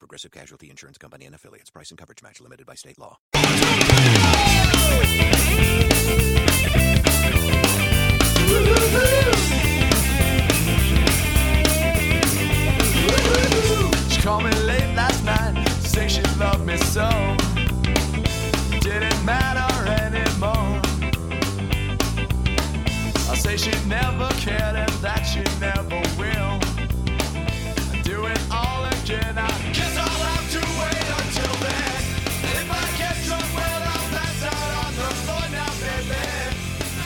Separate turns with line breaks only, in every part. Progressive Casualty Insurance Company and affiliates. Price and coverage match limited by state law.
She called me late last night to say she loved me so. Didn't matter anymore. I say she never cared and that she never will. I do it all again. I guess I'll have to wait until then. And if I get drunk, well, I'll pass out on the floor now, baby.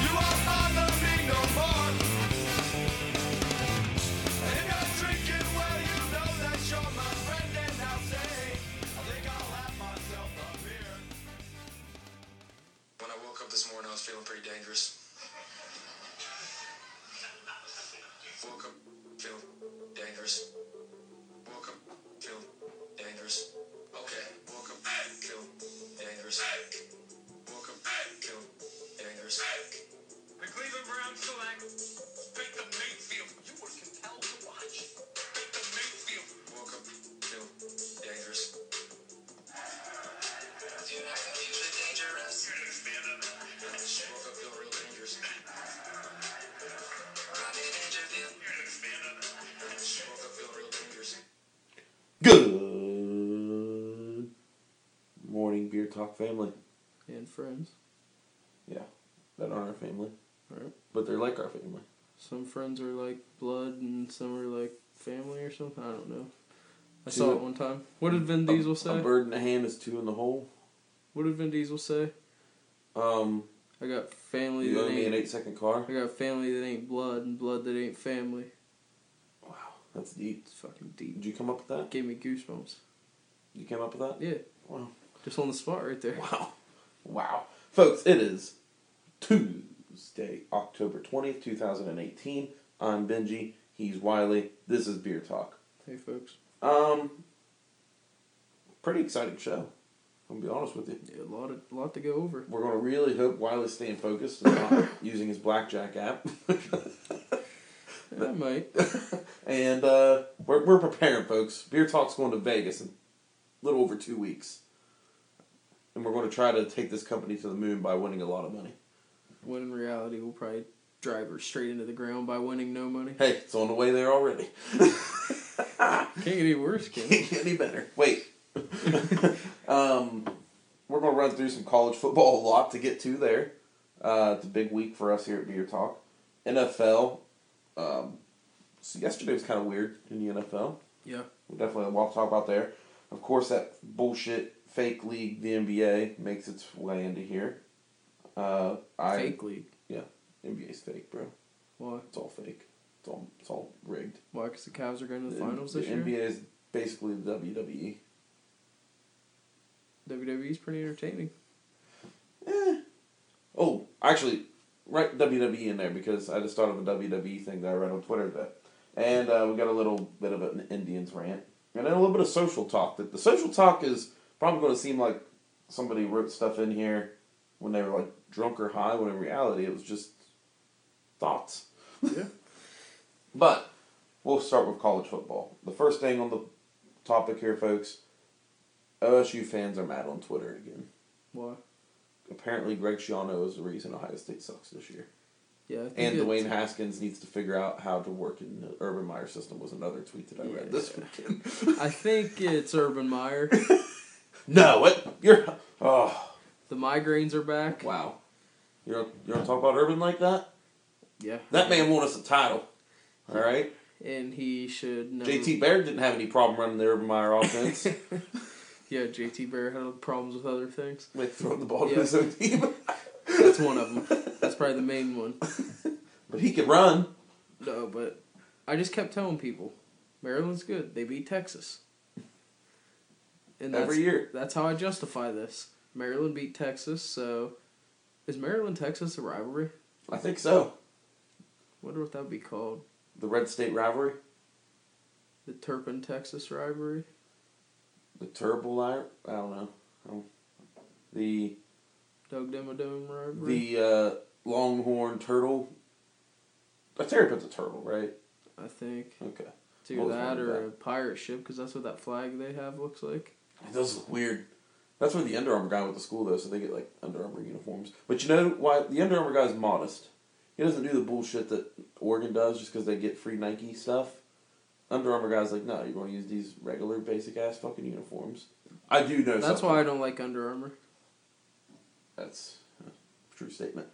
You won't bother me no more. And if you're drinking, well, you know that you're my friend, and I'll say, I think I'll have myself a beer.
When I woke up this morning, I was feeling pretty dangerous. Woke up feeling dangerous. Woke up feeling dangerous. Okay. Woke up feeling dangerous. Woke up feeling dangerous. McLeaver Brown select. Baker Mayfield. You were compelled to watch. Baker Mayfield. Woke up feeling dangerous. Do not confuse the dangerous. You're gonna stand up. Woke up feeling real dangerous. Rodney Dangerfield. You're gonna stand up. Woke up feeling real dangerous.
Good morning, Beer Talk family.
and friends.
Yeah, that aren't our family,
Right?
but they're like our family.
Some friends are like blood, and some are like family or something. I don't know. I
Dude,
saw it one time. What did Vin
A-
Diesel say?
A bird in the hand is two in the hole.
What did Vin Diesel say?
Um,
I got family
you
that
owe me an
ain't.
eight second car.
I got family that ain't blood, and blood that ain't family.
Wow, that's deep.
It's fucking deep.
Did you come up with that?
Gave me goosebumps.
You came up with that?
Yeah,
Wow.
just on the spot right there.
Wow. Wow. Folks, it is Tuesday, October 20th, 2018. I'm Benji. He's Wiley. This is Beer Talk.
Hey, folks.
Um, pretty exciting show. I'm gonna be honest with you.
Yeah, a lot, of, lot to go over.
We're gonna really hope Wiley's staying focused and not using his blackjack app.
Yeah, I might.
and uh, we're we're preparing, folks. Beer Talk's going to Vegas in a little over two weeks, and we're going to try to take this company to the moon by winning a lot of money.
When in reality, we'll probably drive her straight into the ground by winning no money.
Hey, it's on the way there already.
Can't get any worse, can it?
Can't get any better. Wait. um, we're going to run through some college football. A lot to get to there. Uh, it's a big week for us here at Beer Talk. NFL. Um, so yesterday was kind of weird in the NFL.
Yeah.
We definitely have a lot to talk about there. Of course, that bullshit fake league, the NBA, makes its way into here. Uh, I,
Fake league.
Yeah, NBA's fake, bro.
Why?
It's all fake. It's all it's all rigged.
Why? Because the Cavs are going to the finals
the
this year.
NBA is basically the E. WWE.
WWE's E pretty entertaining.
Oh, actually, write WWE in there because I just thought of a WWE thing that I read on Twitter that. And uh, we got a little bit of an Indians rant. And then a little bit of social talk. That The social talk is probably going to seem like somebody wrote stuff in here when they were like drunk or high, when in reality it was just thoughts.
Yeah.
But we'll start with college football. The first thing on the topic here, folks OSU fans are mad on Twitter again.
Why?
Apparently, Greg Schiano is the reason Ohio State sucks this year.
Yeah. I think
And
it's-
Dwayne Haskins needs to figure out how to work in the Urban Meyer system was another tweet that I read this weekend.
I think it's Urban Meyer.
no, what you're? Oh
The migraines are back.
wow, you don't you don't talk about Urban like that?
Yeah.
That man won us a title. All right,
And he should never.
JT Baird didn't have any problem running the Urban Meyer offense.
Yeah, JT Bear had problems with other things.
like throwing the ball to
Yeah.
his own team,
That's one of them. That's probably the main one.
but he could run.
No, but I just kept telling people, Maryland's good. They beat Texas. And
Every
that's,
year.
That's how I justify this. Maryland beat Texas, so is Maryland Texas a rivalry?
I think so.
wonder what that would be called.
The Red State rivalry,
The Turpin Texas rivalry?
the Turbo Liar. I don't know. Um, The
Doug Demodome rivalry?
the uh, Longhorn Turtle. A terrapin's a turtle, right?
I think.
Okay.
It's either
What was
that
wrong with
or
that?
a pirate ship, because that's what that flag they have looks like.
It does look weird. That's where the Under Armour guy went to school though, so they get like Under Armour uniforms. But you know why the Under Armour guy's modest. He doesn't do the bullshit that Oregon does just because they get free Nike stuff. Under Armour guy's like, no, you're going to use these regular basic ass fucking uniforms. I do know.
That's
something.
why I don't like Under Armour.
That's a true statement.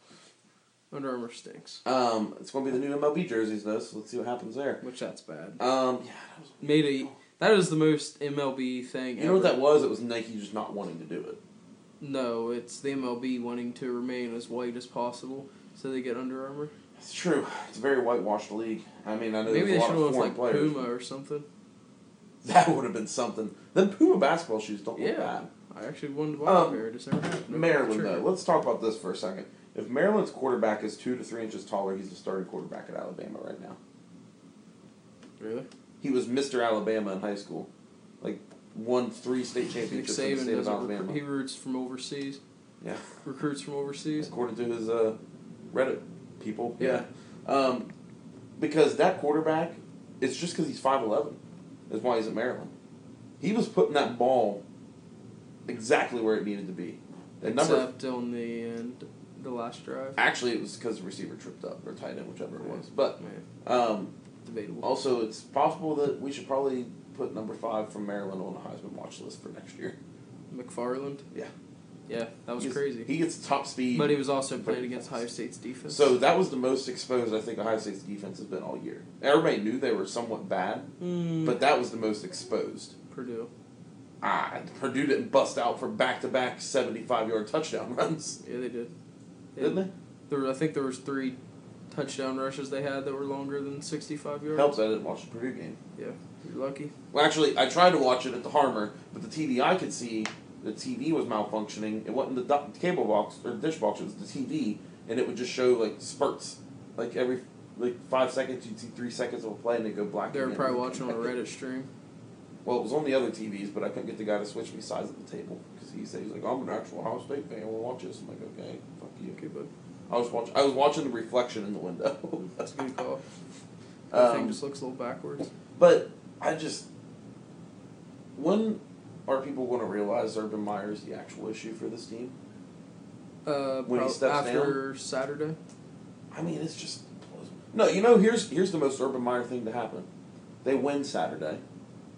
Under Armour stinks,
Um, it's going to be the new MLB jerseys though, so let's see what happens there.
which that's bad.
Um, yeah, that was
Made a that is the most MLB thing.
You know what
ever.
that was? It was Nike just not wanting to do it.
No, it's the MLB wanting to remain as white as possible, so they get Under Armour.
It's true. It's a very whitewashed league. I mean, I know
Maybe they
there's a
should
lot
have
of
went
foreign
like
players.
Puma or something.
That would have been something. Then Puma basketball shoes don't look
Yeah,
bad.
I actually wanted to buy a
Um,
pair. It just never happened.
Maryland,
Sure.
though. Let's talk about this for a second. If Maryland's quarterback is two to three inches taller, he's the starting quarterback at Alabama right now.
Really?
He was Mr. Alabama in high school. Like, won three state
Nick
championships in the
Saban
state of
doesn't.
Alabama.
Recruit, he roots from overseas.
yeah.
Recruits from overseas.
according to his uh, Reddit people.
Yeah.
Um, because that quarterback, it's just because he's 5'11, is why he's at Maryland. He was putting that ball exactly where it needed to be. The number,
Except on the end, the last drive.
actually, it was because the receiver tripped up or tight end, whichever it was. But
Man,
um,
debatable.
also, it's possible that we should probably put number five from Maryland on the Heisman watch list for next year.
McFarland.
Yeah,
Yeah, that was
He's-
crazy.
He gets top speed,
but he was also playing against Ohio State's defense.
So that was the most exposed I think Ohio State's defense has been all year. Everybody knew they were somewhat bad,
Mm,
but that was the most exposed.
Purdue.
Ah, Purdue didn't bust out for back-to-back seventy-five yard touchdown runs,
Yeah, they did.
didn't they?
There were, I think there was three touchdown rushes they had that were longer than sixty-five yards.
Helps I didn't watch the Purdue game.
Yeah, you're lucky.
Well, actually, I tried to watch it at the Harmer, but the TV I could see, the TV was malfunctioning. It wasn't the do- cable box or dish box; it was the TV, and it would just show like spurts, like every like five seconds you'd see three seconds of a play, and they go black.
They were
again.
probably watching on a
Like,
Reddit stream.
Well, it was on the other TVs, but I couldn't get the guy to switch me sides at the table because he said he's like, "I'm an actual Ohio State fan. We'll watch this." I'm like, "Okay, fuck you."
Okay, bud.
I was watching. I was watching the reflection in the window.
That's a good call. That thing
um,
just looks a little backwards.
but I just when are people going to realize Urban Meyer is the actual issue for this team?
Uh,
when he
prob-
steps
after Saturday,
I mean, it's just no. You know, here's here's the most Urban Meyer thing to happen. They win Saturday,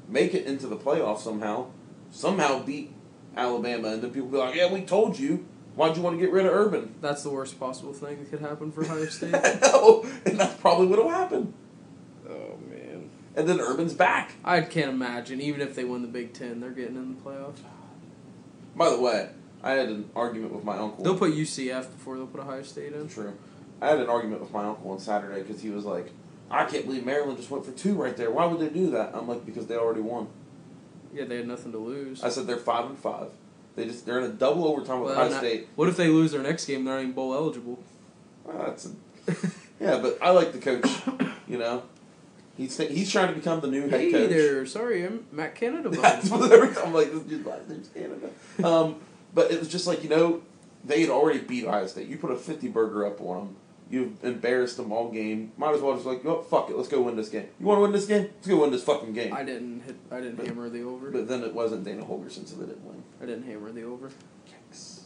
make it into the playoffs somehow, somehow beat Alabama, and then people be like, "Yeah, we told you. Why'd you want to get rid of Urban?"
that's the worst possible thing that could happen for Ohio State.
no, and that's probably what'll happen.
oh man,
And then Urban's back.
I can't imagine. Even if they win the Big Ten, they're getting in the playoffs.
By the way, I had an argument with my uncle.
They'll put UCF before they'll put Ohio State in.
True. I had an argument with my uncle on Saturday because he was like, "I can't believe Maryland just went for two right there. Why would they do that?" I'm like, "Because they already won."
Yeah, they had nothing to lose.
I said they're five and five. They just they're in a double overtime with
Well,
Ohio
not-
State.
What if they lose their next game? They're not even bowl eligible.
Well, that's a, yeah, but I like the coach. You know, he's think, he's trying to become the new head
hey
coach.
there, sorry, I'm Matt Canada.
That's
bud.
what every time I'm like this dude lies in Canada. Um, but it was just like you know they had already beat Ohio State. You put a fifty burger up on them. You've embarrassed them all game. Might as well just like, oh fuck it, let's go win this game. You want to win this game? Let's go win this fucking game.
I didn't hit. I didn't
But-
hammer the over.
But then it wasn't Dana Holgerson, so they didn't win.
I didn't hammer the over.
Yikes.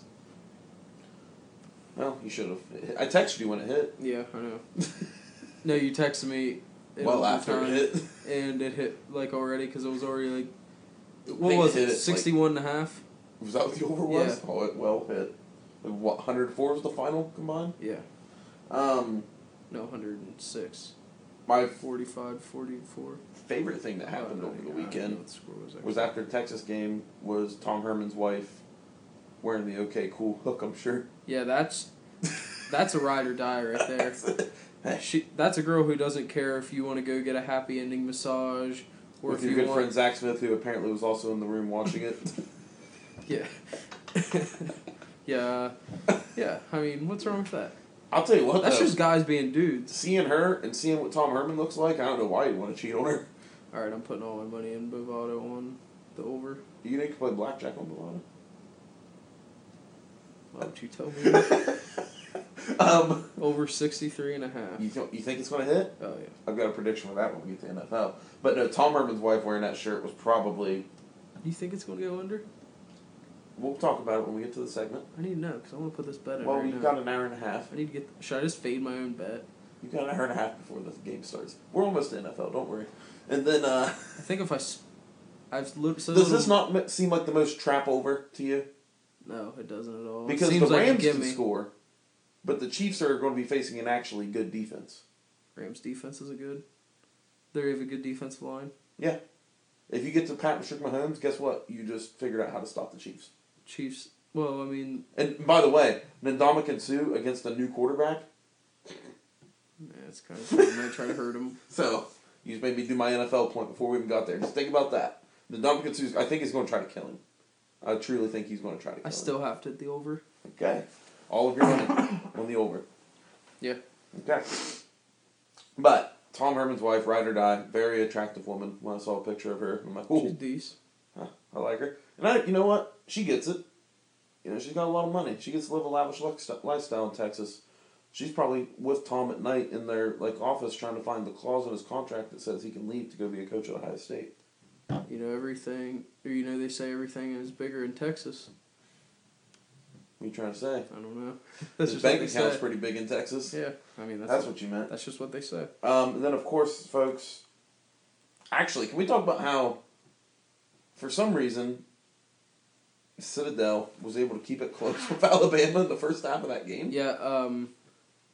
Well, you should have. I texted you when it hit.
Yeah, I know. no, you texted me. in
well, after it
overtime,
hit.
and it hit like already because it was already like
I
what
think
was
hit
it,
like-
61 and a half?
was that what the over was?
Yeah.
Oh, it well hit. Like, What, 104 was the final combined?
Yeah,
Um,
no, 106,
my
45, 44.
favorite thing that happened
Oh,
over the
yeah, I don't know
weekend
what the score was,
was
actually.
after the Texas game was Tom Herman's wife wearing the OK Cool hook, I'm sure.
Yeah, that's that's a ride or die right there. She that's a girl who doesn't care if you want to go get a happy ending massage or
With
if
your
you
good
want
friend Zach Smith, who apparently was also in the room watching it.
yeah. Yeah, uh, yeah. I mean, what's wrong with that?
I'll tell you what.
That's
though,
just guys being dudes.
seeing her and seeing what Tom Herman looks like. I don't know why you'd want to cheat on her.
All right, I'm putting all my money in Bovado on the over.
You think you could play blackjack on Bovada?
Why would you tell me?
Um,
over 63 and a half.
you, th- you think it's going to hit?
Oh yeah.
I've got a prediction for that when we get to NFL. But no, Tom Herman's wife wearing that shirt was probably.
Do you think it's gonna go under?
We'll talk about it when we get to the segment.
I need to know because I want to put this bet in.
Well,
right
we've
now.
got an hour and a half.
I need to get. Should I just fade my own bet?
You've got an hour and a half before the game starts. We're almost to NFL. Don't worry. And then, uh,
I think if I, s- I've li- so
does this not m- seem like the most trap over to you?
No, it doesn't at all.
Because
Seems
the
like a
Rams can
gimme.
score, but the Chiefs are going to be facing an actually good defense.
Rams defense is a good. They have a good defensive line.
Yeah. If you get to Pat Patrick Mahomes, guess what? You just figured out how to stop the Chiefs.
Chiefs. Well, I mean,
And by the way, Ndamukong Sue against a new quarterback.
yeah, it's kind of. I might try to hurt him.
So you just made me do my NFL point before we even got there. Just think about that. Ndamukong Sue, I think he's going to try to kill him. I truly think he's going to try to kill
I
him.
still have to hit the over.
Okay. All of your money on the over.
Yeah.
Okay. But Tom Herman's wife, ride or die, very attractive woman. When I saw a picture of her, I'm like,
She's
ooh,
decent.
huh, I like her. And I, you know what? She gets it. You know, she's got a lot of money. She gets to live a lavish lux- lifestyle in Texas. She's probably with Tom at night in their like office trying to find the clause in his contract that says he can leave to go be a coach at Ohio State.
You know everything. Or you know they say everything is bigger in Texas.
What are you trying to say?
I don't know.
His bank
what they
account's
say.
pretty big in Texas.
Yeah, I mean
That's what you meant.
That's just what they say.
Um, and then, of course, folks. Actually, can we talk about how, for some reason, Citadel was able to keep it close with Alabama in the first half of that game?
Yeah, um,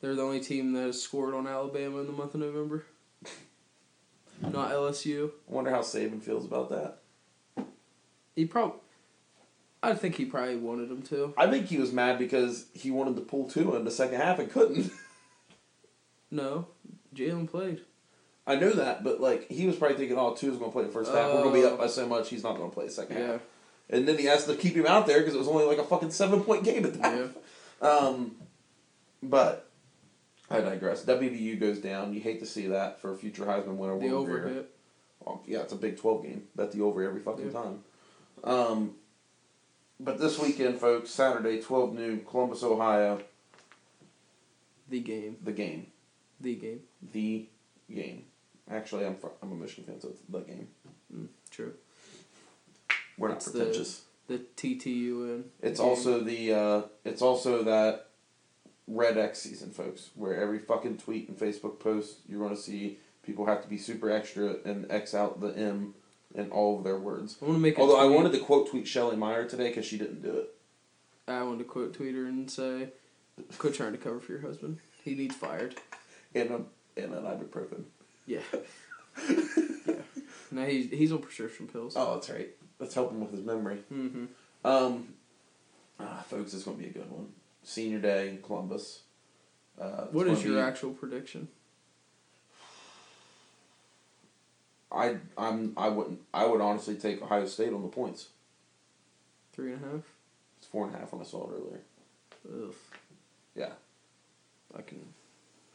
they're the only team that has scored on Alabama in the month of November. Not LSU.
I wonder how Saban feels about that.
He probably, I think he probably wanted them to.
I think he was mad because he wanted to pull two in the second half and couldn't.
No, Jalen played.
I know that, but like he was probably thinking, "Oh, two's going to play the first half. We're going to be up by so much. He's not going to play the second
Yeah.
half." And then he has to keep him out there because it was only like a fucking seven point game at that.
Yeah.
Um, but I digress. WVU goes down. You hate to see that for a future Heisman winner.
The
Will
over
Greer.
hit.
Oh, yeah, it's a Big Twelve game. Bet the over every fucking
Yeah.
time. Um, but this weekend, folks, Saturday, twelve noon, Columbus, Ohio,
The game.
the game,
The game.
the game. Actually, I'm fr- I'm a Michigan fan, so it's the game.
True.
We're not
It's the-
pretentious.
The TTUN.
It's
game.
also the uh, it's also that red X season, folks, where every fucking tweet and Facebook post you're gonna see people have to be super extra and X out the M in all of their words.
I want to make. a
Although I
tweet.
wanted to quote tweet Shelley Meyer today because she didn't do it.
I wanted to quote Twitter and say, "Quit trying to cover for your husband. He needs fired."
And um, and an ibuprofen.
Yeah. yeah. Now he's he's on prescription pills.
Oh, that's right. Let's help him with his memory.
Mm-hmm.
Um, ah, folks, it's gonna be a good one. Senior day in Columbus. Uh, it's
What
gonna
is your
be-
actual prediction?
I I'm I wouldn't I would honestly take Ohio State on the points.
Three and a half.
It's four and a half when I saw it earlier.
Ugh.
Yeah.
I can.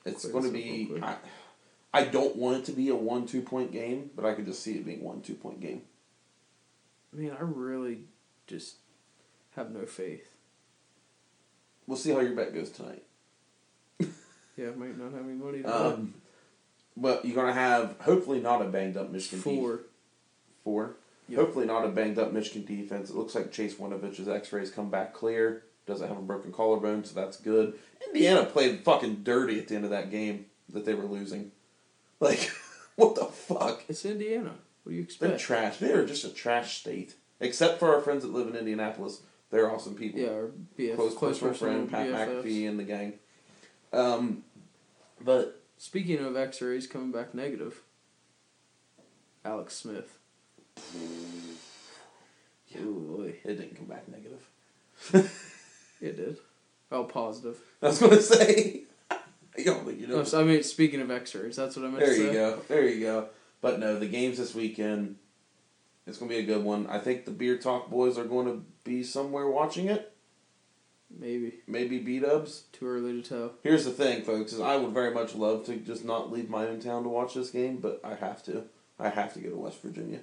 It's
Quick,
going to
simple,
be.
quick.
I, I don't want it to be a one two point game, but I could just see it being one two point game.
Man, I really just have no faith.
We'll see how your bet goes tonight.
Yeah, I might not have any money. To
Um, but you're going to have hopefully not a banged up Michigan def-
four.
Four.
Yep.
Hopefully not a banged up Michigan defense. It looks like Chase Winovich's X rays come back clear. Doesn't have a broken collarbone, so that's good. Indiana played fucking dirty at the end of that game that they were losing. Like, what the fuck?
It's Indiana. What do you
They're
expect?
trash. They are just a trash state. Except for our friends that live in Indianapolis, they're awesome people.
yeah, or BF,
close, close personal friend Pat
BFFs.
McAfee and the gang. Um, but
Speaking of X-rays coming back negative, Alex Smith. Ooh, boy.
it didn't come back negative.
it did. Oh, positive.
I was gonna say. I don't think you know.
No, so, I mean, speaking of X-rays, that's what I meant.
there
to
you
say.
go. There you go. But no, the games this weekend. It's gonna be a good one. I think the beer talk boys are going to be somewhere watching it.
Maybe.
Maybe B Dubs.
Too early to tell.
Here's the thing, folks: is I would very much love to just not leave my own town to watch this game, but I have to. I have to go to West Virginia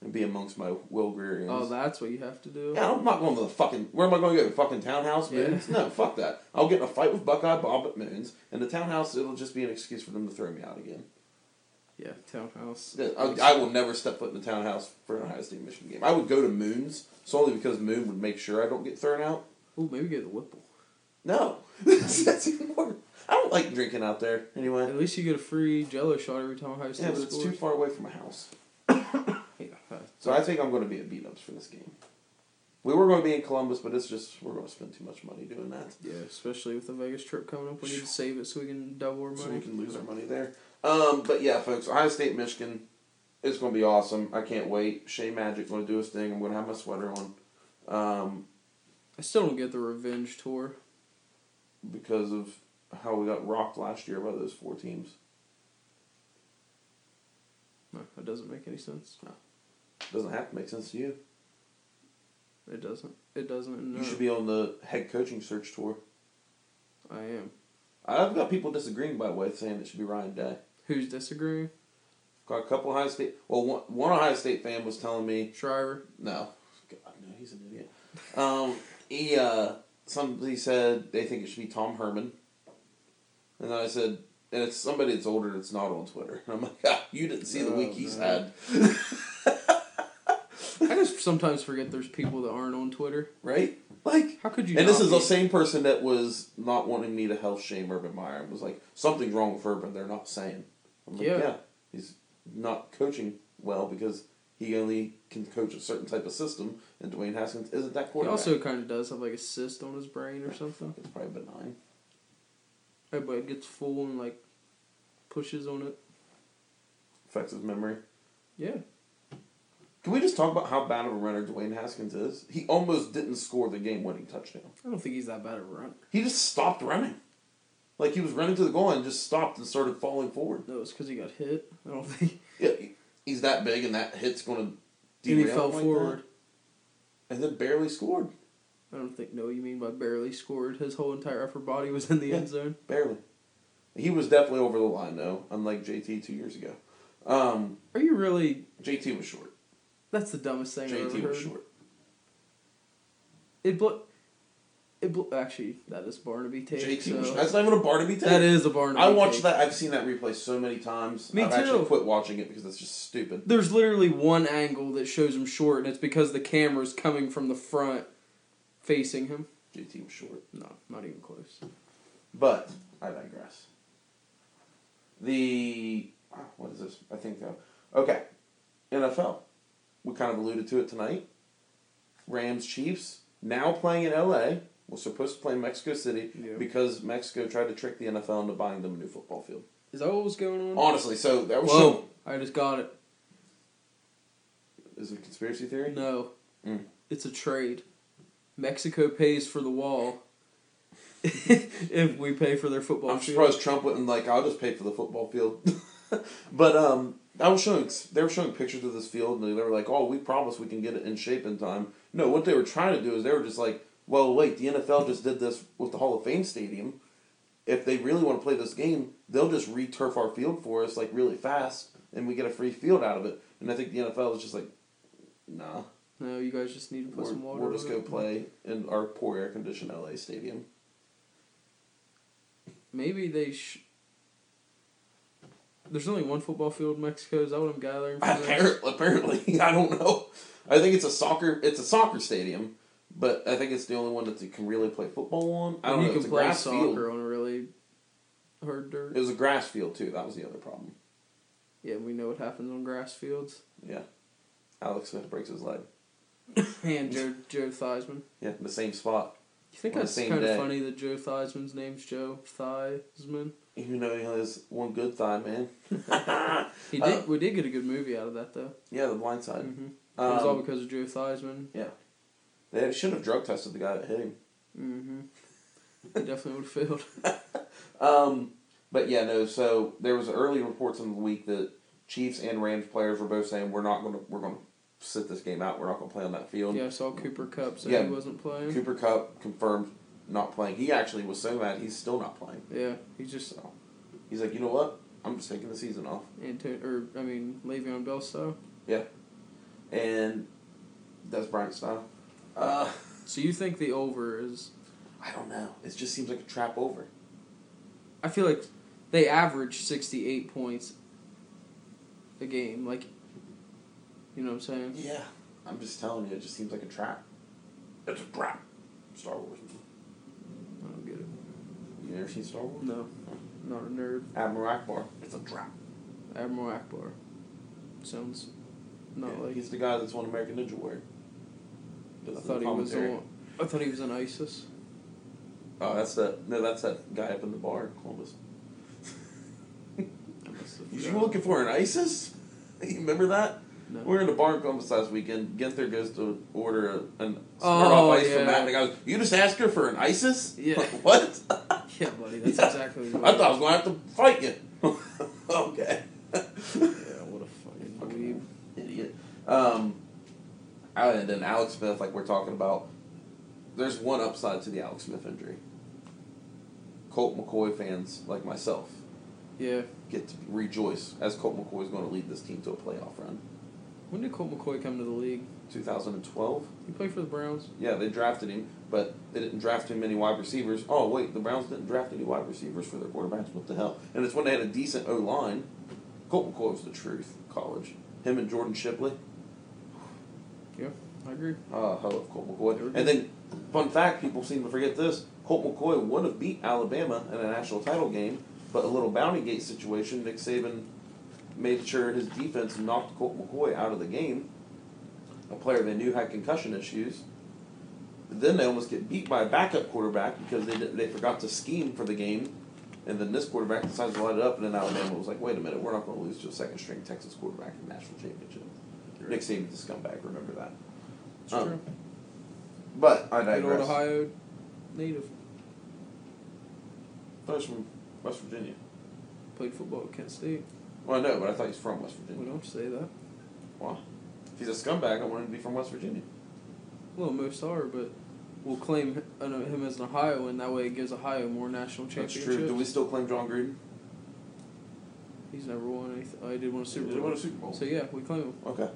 and be amongst my Will Greerians.
Oh, that's what you have to do.
Yeah, I'm not going to the fucking. Where am I going to go? The fucking townhouse
Yeah.
moons? No, fuck that. I'll get in a fight with Buckeye Bob at moons, and the townhouse. It'll just be an excuse for them to throw me out again.
Yeah, townhouse.
Yeah, I, I will never step foot in the townhouse for an Ohio State Michigan game. I would go to moons solely because Moon would make sure I don't get thrown out.
Oh, maybe go to Whipple.
No, that's even worse. I don't like drinking out there anyway.
At least you get a free Jello shot every time Ohio State
Yeah, but it's too
scores.
far away from my house.
Yeah, uh,
So I think I'm going to be at beat ups for this game. We were going to be in Columbus, but it's just we're going to spend too much money doing that.
yeah, especially with the Vegas trip coming up, we need to save it so we can double our money.
so we can lose our money there. Um, but yeah, folks, Ohio State, Michigan, it's gonna be awesome. I can't wait. Shea Magic gonna do his thing. I'm gonna have my sweater on um,
I still don't get the revenge tour.
because of how we got rocked last year by those four teams.
No, that doesn't make any sense.
Doesn't have to make sense to you.
It doesn't. It doesn't. No.
You should be on the head coaching search tour.
I am.
I've got people disagreeing by the way, saying it should be Ryan Day.
Who's disagreeing?
Got a couple Ohio State. Well, one, one Ohio State fan was telling me
Shriver.
No. God, no, he's an idiot. Um, he, uh, somebody said they think it should be Tom Herman. And then I said, and it's somebody that's older that's not on Twitter. And I'm like, ah, you didn't see the
Oh,
week he's
no.
had,
I just sometimes forget there's people that aren't on Twitter.
right? Like,
How could you?
and this
not
is the
be?
same person that was not wanting me to health shame Urban Meyer and was like, something's wrong with Urban, they're not saying. I'm like,
Yeah.
yeah, he's not coaching well because he only can coach a certain type of system, and Dwayne Haskins isn't that
He
quarterback.
also kind of does have like a cyst on his brain or something.
it's probably benign.
Everybody gets full and like pushes on it.
Affects his memory.
Yeah.
Can we just talk about how bad of a runner Dwayne Haskins is? He almost didn't score the game winning touchdown.
I don't think he's that bad at running.
He just stopped running. Like he was running to the goal line and just stopped and started falling forward.
No, it's because he got hit. I don't think.
Yeah, he- he's that big and that hit's going to
And he fell forward.
and then barely scored.
I don't think know what you mean by barely scored. His whole entire upper body was in the
Yeah.
end zone.
Barely. He was definitely over the line though, unlike JT two years ago. Um,
Are you really?
JT was short.
That's the dumbest thing I've
JT
ever
was
heard.
short.
It bl- it bl- actually that is Barnaby take.
JT
so
was short. That's not even a Barnaby take.
that is a Barnaby.
I watched
take.
that. I've seen that replay so many times.
Me
I've actually
too.
quit watching it because it's just stupid.
There's literally one angle that shows him short, and it's because the camera's coming from the front, facing him.
JT was short.
No, not even close.
But I digress. The ah, what is this? I think though. Okay, NFL. We kind of alluded to it tonight. Rams Chiefs now playing in LA. We're supposed to play in Mexico City
Yeah.
because Mexico tried to trick the NFL into buying them a new football field.
Is that what was going on?
Honestly, so that was
Whoa! I just got it.
is it a conspiracy theory?
No,
Mm.
it's a trade. Mexico pays for the wall. if we pay for their football
I'm
field.
surprised Trump wouldn't like. I'll just pay for the football field. but um, I was showing. They were showing pictures of this field, and they were like, "Oh, we promise we can get it in shape in time." No, what they were trying to do is they were just like, "Well, wait, the NFL just did this with the Hall of Fame stadium. If they really want to play this game, they'll just re-turf our field for us like really fast, and we get a free field out of it." And I think the NFL is just like, "Nah,
No, you guys just need to put
we're,
some water.
we'll just go
over it.
play in our poor air-conditioned LA stadium."
Maybe they. Sh- There's only one football field in Mexico. Is that what I'm gathering? From this?
Apparently, apparently, I don't know. I think it's a soccer. It's a soccer stadium, but I think it's the only one that you can really play football on. I don't
you
know.
can
it's a
play
grass
soccer
field.
on a really hard dirt.
It was a grass field too. That was the other problem.
yeah, we know what happens on grass fields.
Yeah, Alex Smith breaks his leg.
And Joe Joe Theismann.
Yeah, in the same spot.
You think
On the
that's
same
kind
day.
of funny that Joe Theismann's name's Joe Theismann?
You know he has one good thigh, man.
He
Uh,
did. we did get a good movie out of that though.
Yeah, the blind side.
Mm-hmm. it was all
Um,
because of Joe Theismann.
yeah, they should have drug tested the guy that hit him.
Mm-hmm. he definitely would have failed.
Um, but yeah, no. So there was early reports in the week that Chiefs and Rams players were both saying we're not going to we're going to sit this game out. We're not going to play on that field.
Yeah, I saw Cooper Cup said
Yeah.
he wasn't playing.
Cooper Cup confirmed not playing. He actually was so mad he's still not playing.
Yeah, he just
He's like, you know what? I'm just taking the season off.
Anto- or I mean Le'Veon Bell style.
Yeah. And that's Bryant style. Uh,
So you think the over is?
I don't know. It just seems like a trap over.
I feel like they average sixty eight points a game. Like, you know what I'm saying?
Yeah. I'm just telling you, it just seems like a trap. It's a trap. Star Wars.
I don't get it.
You never seen Star Wars?
No, not a nerd.
Admiral Akbar. It's a trap.
Admiral Akbar sounds not
Yeah,
like.
he's the guy that's won American Ninja Warrior.
I
Does the
thought he was
commentary.
on. I thought he was on ISIS.
Oh, that's that. No, that's that guy up in the bar in Columbus.
I must have
You
forgotten.
looking for an ISIS? You remember that?
No.
We were in a bar in Columbus last weekend. Ginther goes to order a, an smirnoff
Oh,
ice
yeah.
from Matt, and the guy goes, "You just asked her for an ISIS?
Yeah.
Like, what?
Yeah, buddy, that's
Yeah.
exactly what it
I
was.
thought I was gonna have to fight you. okay.
Yeah, what a fucking dweeb.
Fucking idiot. Um, and then Alex Smith, like we're talking about, there's one upside to the Alex Smith injury. Colt McCoy fans like myself
Yeah.
get to rejoice as Colt McCoy is going to lead this team to a playoff run.
When did Colt McCoy come to the league?
2012.
He played for the Browns.
Yeah, they drafted him, but they didn't draft him any wide receivers. Oh wait, the Browns didn't draft any wide receivers for their quarterbacks. What the hell? And it's when they had a decent O line. Colt McCoy was the truth. College, him and Jordan Shipley.
Yeah, I agree.
Uh, I love Colt McCoy.
Mhm.
And then, fun fact: people seem to forget this. Colt McCoy would have beat Alabama in a national title game, but a little bounty gate situation. Nick Saban made sure his defense knocked Colt McCoy out of the game. A player they knew had concussion issues. Then they almost get beat by a backup quarterback because they did, they forgot to scheme for the game, and then this quarterback decides to light it up. And then Alabama was like, "Wait a minute, we're not going to lose to a second string Texas quarterback in the national championship." Nick Saban's a scumbag. Remember that.
It's
Um,
true.
But I
Good old
digress.
Ohio native.
Thought he's from West Virginia.
Played football at Kent State.
Well, I know, but I thought he's from West
We
Virginia.
don't say that. Mm-hmm.
Why? If he's a scumbag, I want him to be from West Virginia.
Well, most are, but we'll claim h- uh, him as an Ohio, and that way it gives Ohio more national
That's
championships.
true. Do we still claim John Gruden?
He's never won anything. Oh, he did win a Super
did
Bowl.
win a Super Bowl.
So yeah, we claim him.
Okay.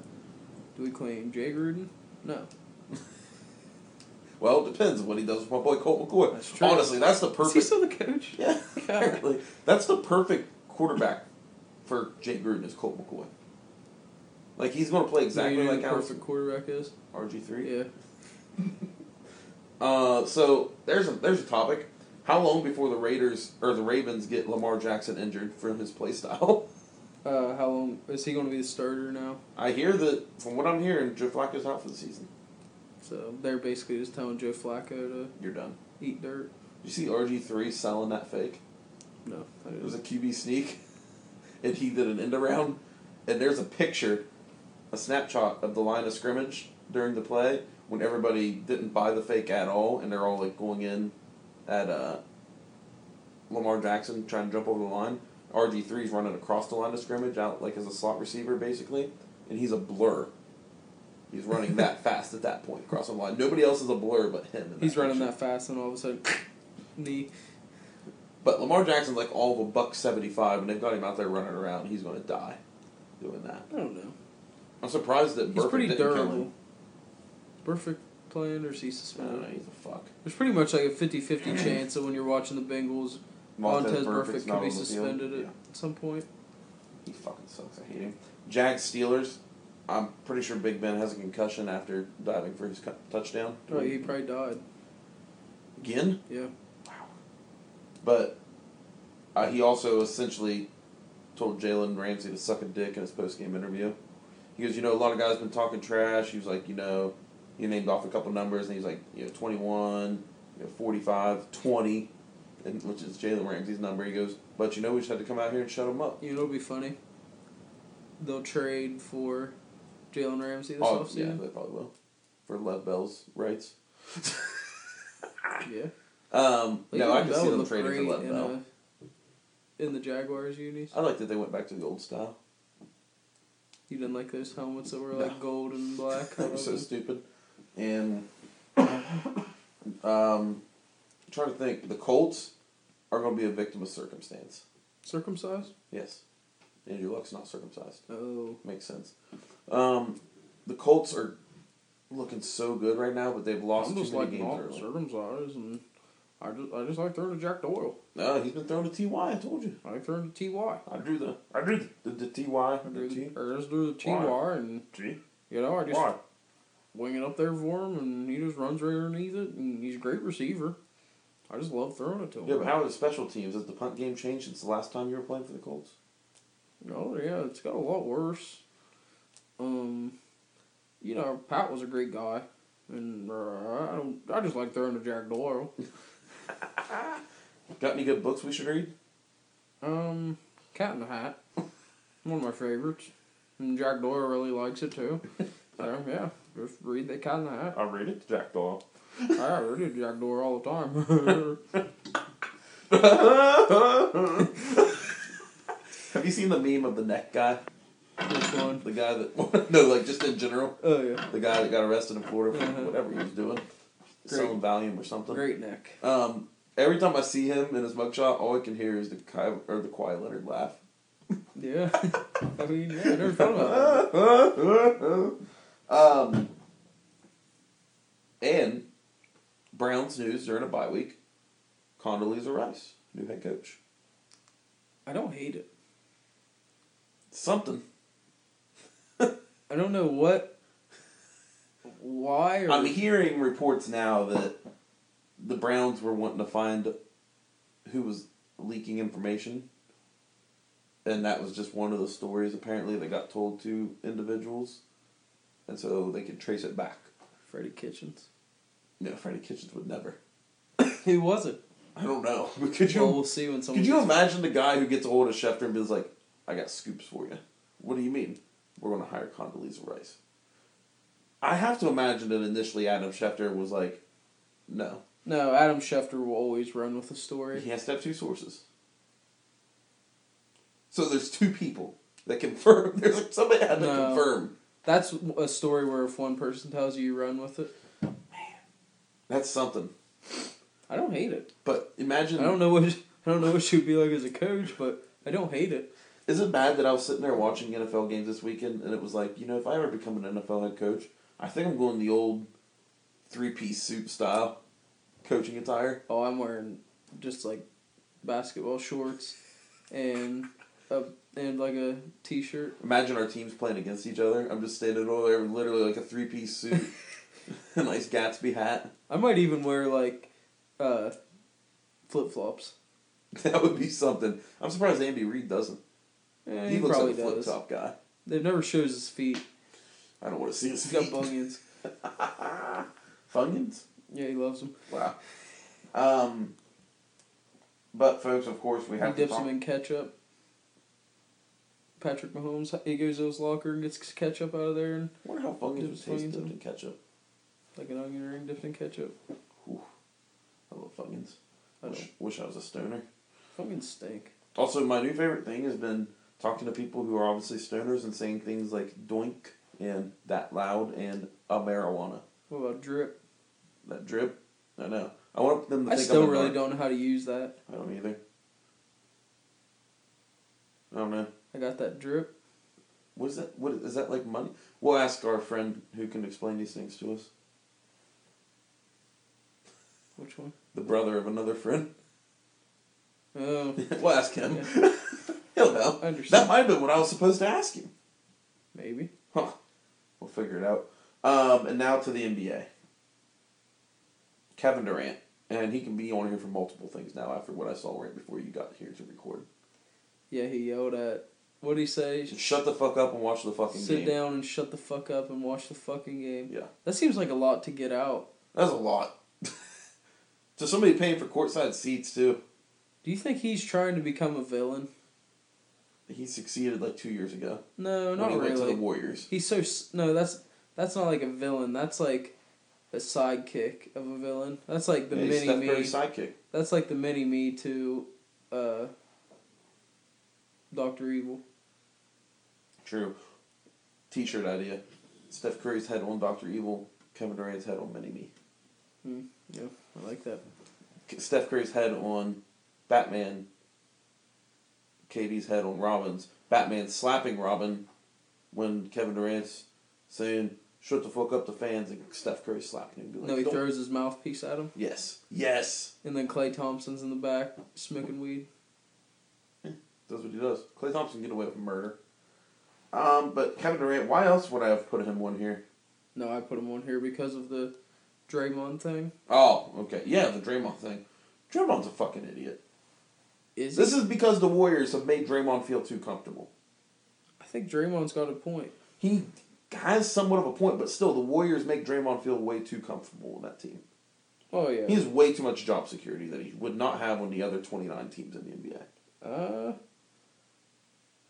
Do we claim Jay Gruden? No.
Well, it depends on what he does with my boy Colt McCoy.
That's true.
Honestly, that's the
Is he
perfect.
still the coach?
yeah, apparently. That's the perfect quarterback for Jay Gruden is Colt McCoy. Like he's going to play exactly
you know who
like
the
Alex
perfect quarterback is.
RG three.
Yeah.
Uh, so there's a there's a topic. How long before the Raiders or the Ravens get Lamar Jackson injured from his play style?
Uh, how long is he going to be the starter now?
I hear that from what I'm hearing, Joe Flacco's out for the season.
So they're basically just telling Joe Flacco to
You're done.
eat dirt.
You see RG three selling that fake?
No, I
It was a
didn't.
QB sneak, and he did an end around. And there's a picture, a snapshot of the line of scrimmage during the play when everybody didn't buy the fake at all, and they're all like going in at uh, Lamar Jackson trying to jump over the line. RG 3s running across the line of scrimmage out like as a slot receiver basically, and he's a blur. He's running that fast at that point across the line. Nobody else is a blur but him. in that
He's running
picture.
that fast, and all of a sudden, knee.
But Lamar Jackson's like all of a buck seventy five, and they've got him out there running around. He's going to die doing that.
I don't know.
I'm surprised that
He's
Burfict
pretty
didn't Kill
durable.
him.
Perfect playing or is he
I don't know.
suspended?
He's a fuck.
There's pretty much like a 50-50 chance that when you're watching the Bengals, Montez Burfict
not
could be
on the field.
suspended
Yeah.
at some point.
He fucking sucks. I hate him. Jags Steelers. I'm pretty sure Big Ben has a concussion after diving for his cu- touchdown.
Oh, he probably died.
Again.
Yeah.
But uh, he also essentially told Jalen Ramsey to suck a dick in his post game interview. He goes, you know, a lot of guys been talking trash. He was like, you know, he named off a couple numbers, and he's like, you know, 21, you know, 45, 20, and, which is Jalen Ramsey's number. He goes, but you know, we just had to come out here and shut him up.
You know, it'll be funny. They'll trade for Jalen Ramsey this
Oh, yeah,
offseason.
they probably will. For Lev Bell's rights.
Yeah.
Um,
Like,
no, I
Lev
can
Bell
see
would
them
look
trading for
great
Lev
in
Bell.
a- In the Jaguars unis.
I like that they went back to the old style.
You didn't like those helmets that were like gold and black.
That was so stupid. And um, I'm trying to think, the Colts are going to be a victim of circumstance.
Circumcised?
Yes, Andrew Luck's not circumcised.
Oh.
Makes sense. Um, the Colts are looking so good right now, but they've lost
I'm
too
just
many
like
games
not
early.
circumcised, and I just I just like throwing to Jack Doyle.
No, Uh, he's been throwing to Ty. I told you.
I like throwing to Ty.
I drew the. I drew the, the, the Ty.
I
The T.
just do the
Why?
Ty, and
T.
you know I just
Why?
wing it up there for him, and he just runs right underneath it, and he's a great receiver. I just love throwing it to him.
Yeah, but how are the special teams? Has the punt game changed since the last time you were playing for the Colts?
Oh yeah, it's got a lot worse. Um, you know, Pat was a great guy, and uh, I don't. I just like throwing to Jack Doyle.
Got any good books we should read?
Um, Cat in the Hat, one of my favorites, and Jack Doyle really likes it too. So yeah, just read the Cat in the Hat.
I read it, Jack Doyle.
I read it Jack Doyle all the time.
Have you seen the meme of the neck guy?
Which one?
The guy that no, like just in general,
Oh yeah,
the guy that got arrested in Florida for
Uh-huh.
whatever he was doing, selling Valium or something.
great neck.
Um, every time I see him in his mugshot, all I can hear is the Kai or the Kawhi Leonard laugh.
Yeah, I mean, yeah, I never thought about that.
um, and Browns news during a bye week. Condoleezza Rice, new head coach.
I don't hate it.
Something.
I don't know what, why, or
I'm hearing reports now that the Browns were wanting to find who was leaking information. And that was just one of the stories apparently that got told to individuals. And so they could trace it back.
Freddie Kitchens.
No, Freddie Kitchens would never.
Who was it?
I don't know. But could you
Well, we'll see when someone.
could you
gets-
imagine the guy who gets a hold of Schefter and is like, I got scoops for you? What do you mean? We're going to hire Condoleezza Rice. I have to imagine that initially Adam Schefter was like, no.
No, Adam Schefter will always run with the story.
He has to have two sources. So there's two people that confirm. There's like somebody had to
No.
confirm.
That's a story where if one person tells you, you run with it.
That's something.
I don't hate it.
But imagine.
I don't know what I don't know what she'd be like as a coach, but I don't hate it.
Is it bad that I was sitting there watching NFL games this weekend and it was like, you know, if I ever become an NFL head coach, I think I'm going the old three piece suit style coaching attire.
Oh, I'm wearing just like basketball shorts and a and like a t-shirt.
Imagine our teams playing against each other. I'm just standing over there, with literally like a three piece suit, a nice Gatsby hat.
I might even wear like uh flip flops.
That would be something. I'm surprised Andy Reid doesn't.
Eh,
He,
he,
looks
probably
like a flip
does.
top guy.
They've never shows his feet.
I don't want to see his
He's got
feet.
bunions.
Funyuns?
Yeah, he loves them.
Wow. Um, but folks, of course, we
He
have to
dips
talk.
him in ketchup. Patrick Mahomes, he goes to his locker and gets ketchup out of there, and
I wonder how Funyuns would
Dips
taste
Funyuns
dipped
in.
in ketchup.
like an onion ring dipped in ketchup.
I love Funyuns.
I
Wish, wish I was a stoner.
Fucking stink.
Also, my new favorite thing has been talking to people who are obviously stoners and saying things like doink and that loud and a marijuana.
What about drip?
That drip. I know. I want them to
I
think
still
I'm a
really
narc.
don't know how to use that.
I don't either. I don't know.
I got that drip.
What is that? What is, is that like money? We'll ask our friend who can explain these things to us.
Which one?
The brother of another friend.
Oh,
we'll ask him. He'll know.
I understand.
That might have been what I was supposed to ask him.
maybe.
Huh. We'll figure it out. Um, and now to the NBA. Kevin Durant. And he can be on here for multiple things now after what I saw right before you got here to record.
Yeah, he yelled at. What did he say?
Just shut the fuck up and watch the fucking
Sit
game.
down and shut the fuck up and watch the fucking game.
Yeah.
That seems like a lot to get out.
That's a lot. to somebody paying for courtside seats too.
Do you think he's trying to become a villain?
He succeeded like two years ago.
No,
when
not
he went to the
really.
Warriors.
He's so s- no. That's that's not like a villain. That's like a sidekick of a villain. That's like the
Yeah, he's
mini
Steph
me.
Curry's sidekick.
that's like the mini me to, uh, Doctor Evil.
True. T-shirt idea. Steph Curry's head on Doctor Evil. Kevin Durant's head on Mini Me.
Yeah, I like that.
Steph Curry's head on Batman. Katie's head on Robin's. Batman slapping Robin when Kevin Durant's saying, shut the fuck up the fans, and Steph Curry slapping him. Be like,
no, he
"Don't-"
throws his mouthpiece at him,
Yes. Yes.
and then Clay Thompson's in the back smoking weed.
That's what he does. Clay Thompson get away with murder. Um, but Kevin Durant, why else would I have put him on here?
No, I put him on here because of the Draymond thing.
Oh, okay. Yeah, the Draymond thing. Draymond's a fucking idiot.
Is
This
he?
is because the Warriors have made Draymond feel too comfortable.
I think Draymond's got a point.
He has somewhat of a point, but still, the Warriors make Draymond feel way too comfortable with that team.
Oh yeah.
He has way too much job security that he would not have on the other 29 teams in the NBA.
Uh,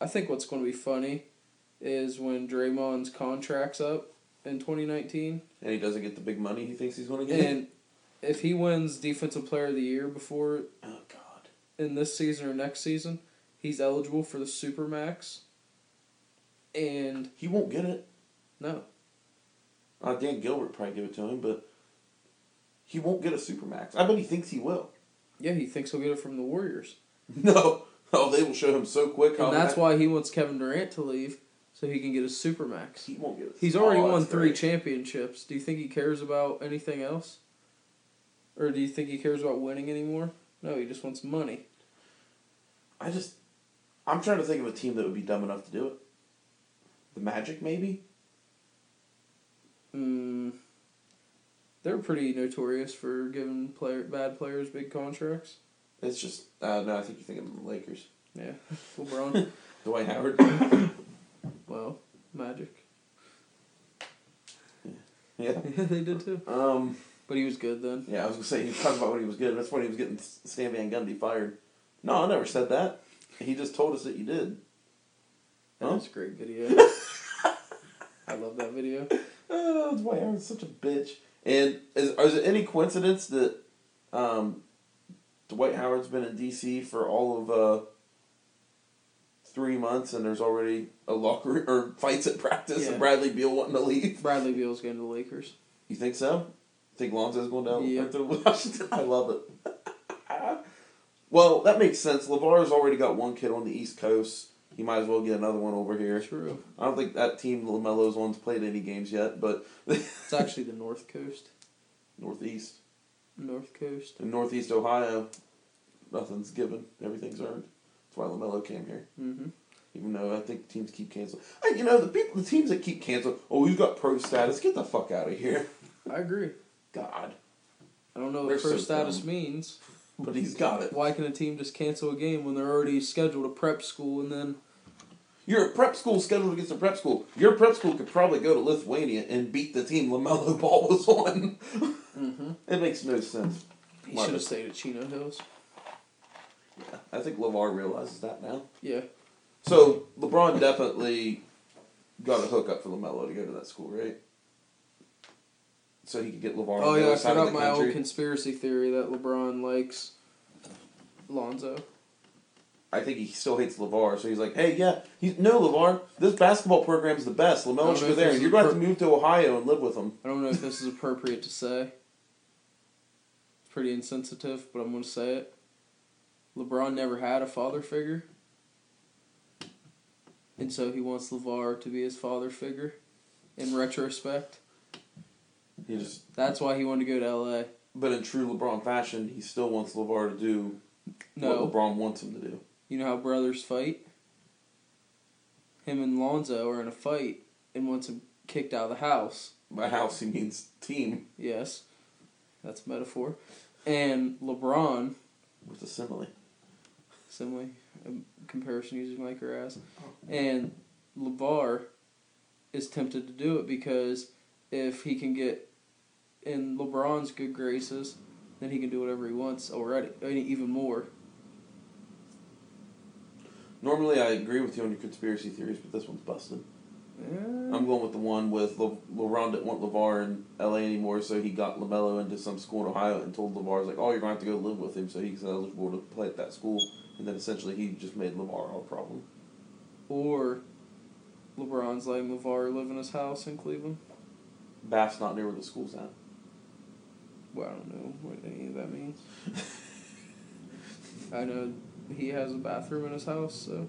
I think what's going to be funny is when Draymond's contract's up in 2019,
And he doesn't get the big money he thinks he's going to get.
and if he wins Defensive Player of the Year before
oh, God.
in this season or next season, he's eligible for the Supermax. And
He won't get it.
no,
Uh, Dan Gilbert probably give it to him, but he won't get a supermax. I bet he thinks he will.
yeah, he thinks he'll get it from the Warriors,
No, oh, they will show him so quick. how
and that's
that-
why he wants Kevin Durant to leave so he can get a Supermax.
he won't get it.
He's already
Oh,
won
that's
three
great.
championships. Do you think he cares about anything else? Or do you think he cares about winning anymore? No, he just wants money.
I just, I'm trying to think of a team that would be dumb enough to do it. The Magic, maybe.
Mm, they're pretty notorious for giving player bad players big contracts.
It's just uh, no. I think you're thinking of the Lakers.
Yeah, LeBron.
Dwight Howard.
well, Magic.
yeah.
Yeah, they did too.
Um.
But he was good then.
Yeah, I was gonna say he was talking about when he was good. That's when he was getting Stan Van Gundy fired. No, I never said that. He just told us that you did.
That
Huh?
was a great video. I love that video.
Oh, that's why Aaron's such a bitch. And is, is it any coincidence that um, Dwight Howard's been in D.C. for all of uh, three months and there's already a locker room, or fights at practice
Yeah.
and Bradley Beal wanting to leave?
Bradley Beal's going to the Lakers.
You think so? Think Lonzo's going down
Yeah.
or to Washington? I love it. well, that makes sense. LeVar's already got one kid on the East Coast. He might as well get another one over here.
True.
I don't think that team LaMelo's on's played any games yet, but
It's actually the North Coast.
Northeast.
North Coast.
In Northeast Ohio, nothing's given, everything's earned. That's why Lamelo came here.
Mm-hmm.
Even though I think teams keep canceling. I, you know the people, the teams that keep canceling. Oh, we've got pro status. Get the fuck out of here.
I agree.
God,
I don't know what
They're
pro
so
status
dumb.
means.
but he's got it.
Why can a team just cancel a game when they're already scheduled to prep school and then
You're a prep school scheduled against a prep school. Your prep school could probably go to Lithuania and beat the team Lamelo Ball was on. It makes no sense.
Mm-hmm. he
Why
should have
would-
stayed at Chino Hills?
I think Levar realizes that now.
Yeah,
So LeBron definitely got a hookup for Lamelo to go to that school, right? So he could get LeVar.
Oh
on the
yeah,
other
I
side
put
of
out
the
my
country.
old conspiracy theory that LeBron likes Lonzo.
I think he still hates Levar, so he's like, "Hey, yeah, he's no Levar. This basketball program's the best.
I don't
Lamelo should
know
go
if
there,
Oh,
and
this is
you're going to have
per-
to move to Ohio and live with him."
I don't know if this is appropriate to say. It's pretty insensitive, but I'm gonna say it. LeBron never had a father figure. And so he wants LeVar to be his father figure in retrospect.
He just,
That's why he wanted to go to LA.
but in true LeBron fashion, he still wants Levar to do
No.
what LeBron wants him to do.
You know how brothers fight? Him and Lonzo are in a fight and wants him kicked out of the house.
By house, he means team
Yes. That's a metaphor. And LeBron,
with a simile.
similarly, a comparison using like her ass. And LeVar is tempted to do it because if he can get in LeBron's good graces, then he can do whatever he wants already, I mean, even more.
Normally, I agree with you on your conspiracy theories, but this one's busted.
Eh,
I'm going with the one with Le- LeBron didn't want LeVar in LA anymore, so he got LaMelo into some school in Ohio and told LeVar's like, oh, you're going to have to go live with him so he's eligible to play at that school. And then essentially he just made LeVar our problem.
Or LeBron's letting LeVar live in his house in Cleveland.
Bath's not near where the school's at.
Well, I don't know what any of that means. I know he has a bathroom in his house, so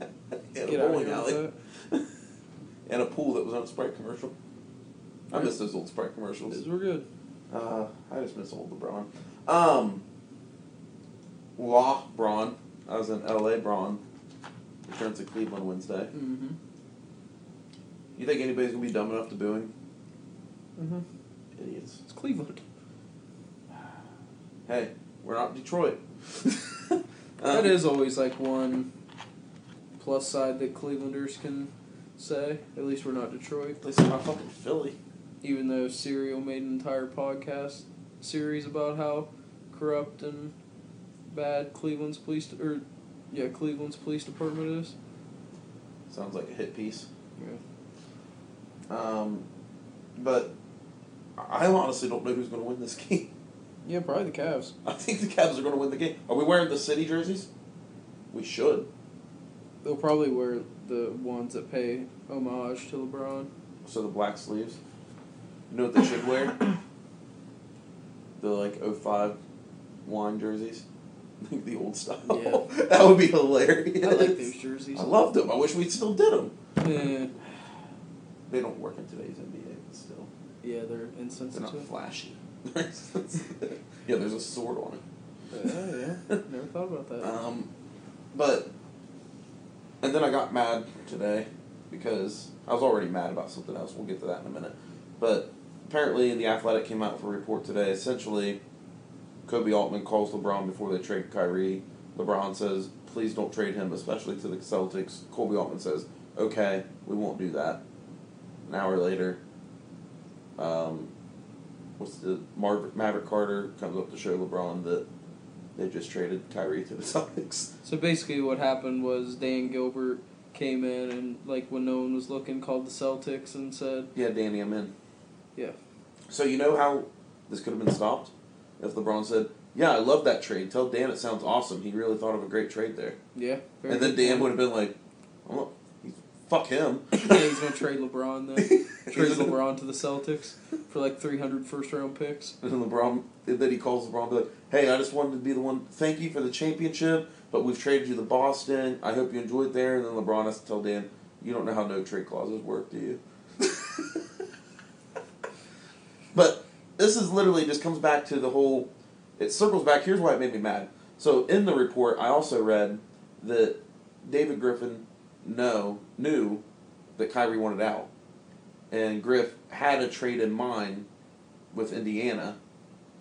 In a
get out of
bowling
here
alley.
with that.
And a pool that was on a Sprite commercial. I miss those old Sprite
These
commercials.
were good.
Uh, I just miss old LeBron. Um, Law Braun. I was in L.A. Braun. Returns to Cleveland Wednesday.
Mm-hmm.
You think anybody's gonna be dumb enough to boo him?
Mm-hmm.
Idiots.
It's Cleveland.
Hey, we're not Detroit. um,
that is always like one plus side that Clevelanders can say. At least we're not Detroit.
At least we're not fucking Philly.
even though Serial made an entire podcast series about how corrupt and bad Cleveland's police or yeah Cleveland's police department is.
Sounds like a hit piece.
Yeah.
Um, but I honestly don't know who's gonna win this game.
Yeah, probably the Cavs.
I think the Cavs are gonna win the game. Are we wearing the city jerseys? We should.
They'll probably wear the ones that pay homage to LeBron.
So the black sleeves. You know what they should wear? the like 05 wine jerseys. Like the old style.
Yeah.
that would be hilarious.
I like those jerseys.
I loved them. I wish we still did them.
Eh,
They don't work in today's NBA, but still.
yeah, they're
They're not
insensitive.
flashy. yeah, there's a sword on it.
Oh yeah, never thought about that.
Um, but and then I got mad today because I was already mad about something else. We'll get to that in a minute. But apparently, the Athletic came out with a report today. Essentially, Kobe Altman calls LeBron before they trade Kyrie. LeBron says, "Please don't trade him, especially to the Celtics." Kobe Altman says, "Okay, we won't do that." An hour later, um, what's the Marv- Maverick Carter comes up to show LeBron that they just traded Kyrie to the Celtics.
So basically, what happened was Dan Gilbert came in and like when no one was looking, called the Celtics and said,
Yeah, Danny, I'm in.
"Yeah,
So you know how this could have been stopped if LeBron said, "Yeah, I love that trade. Tell Dan it sounds awesome. He really thought of a great trade there."
yeah." very
and then
good
Dan
point.
would have been like, "I'm not, he's- "Fuck him."
yeah, he's gonna trade LeBron then. Trade LeBron to the Celtics for like 300 first round picks.
And then LeBron, and then he calls LeBron, and be like, "Hey, I just wanted to be the one. Thank you for the championship, but we've traded you to Boston. I hope you enjoyed there." And then LeBron has to tell Dan, "You don't know how no trade clauses work, do you?" but this is literally just comes back to the whole. It circles back. Here's why it made me mad. So in the report, I also read that David Griffin no knew that Kyrie wanted out, and Griff had a trade in mind with Indiana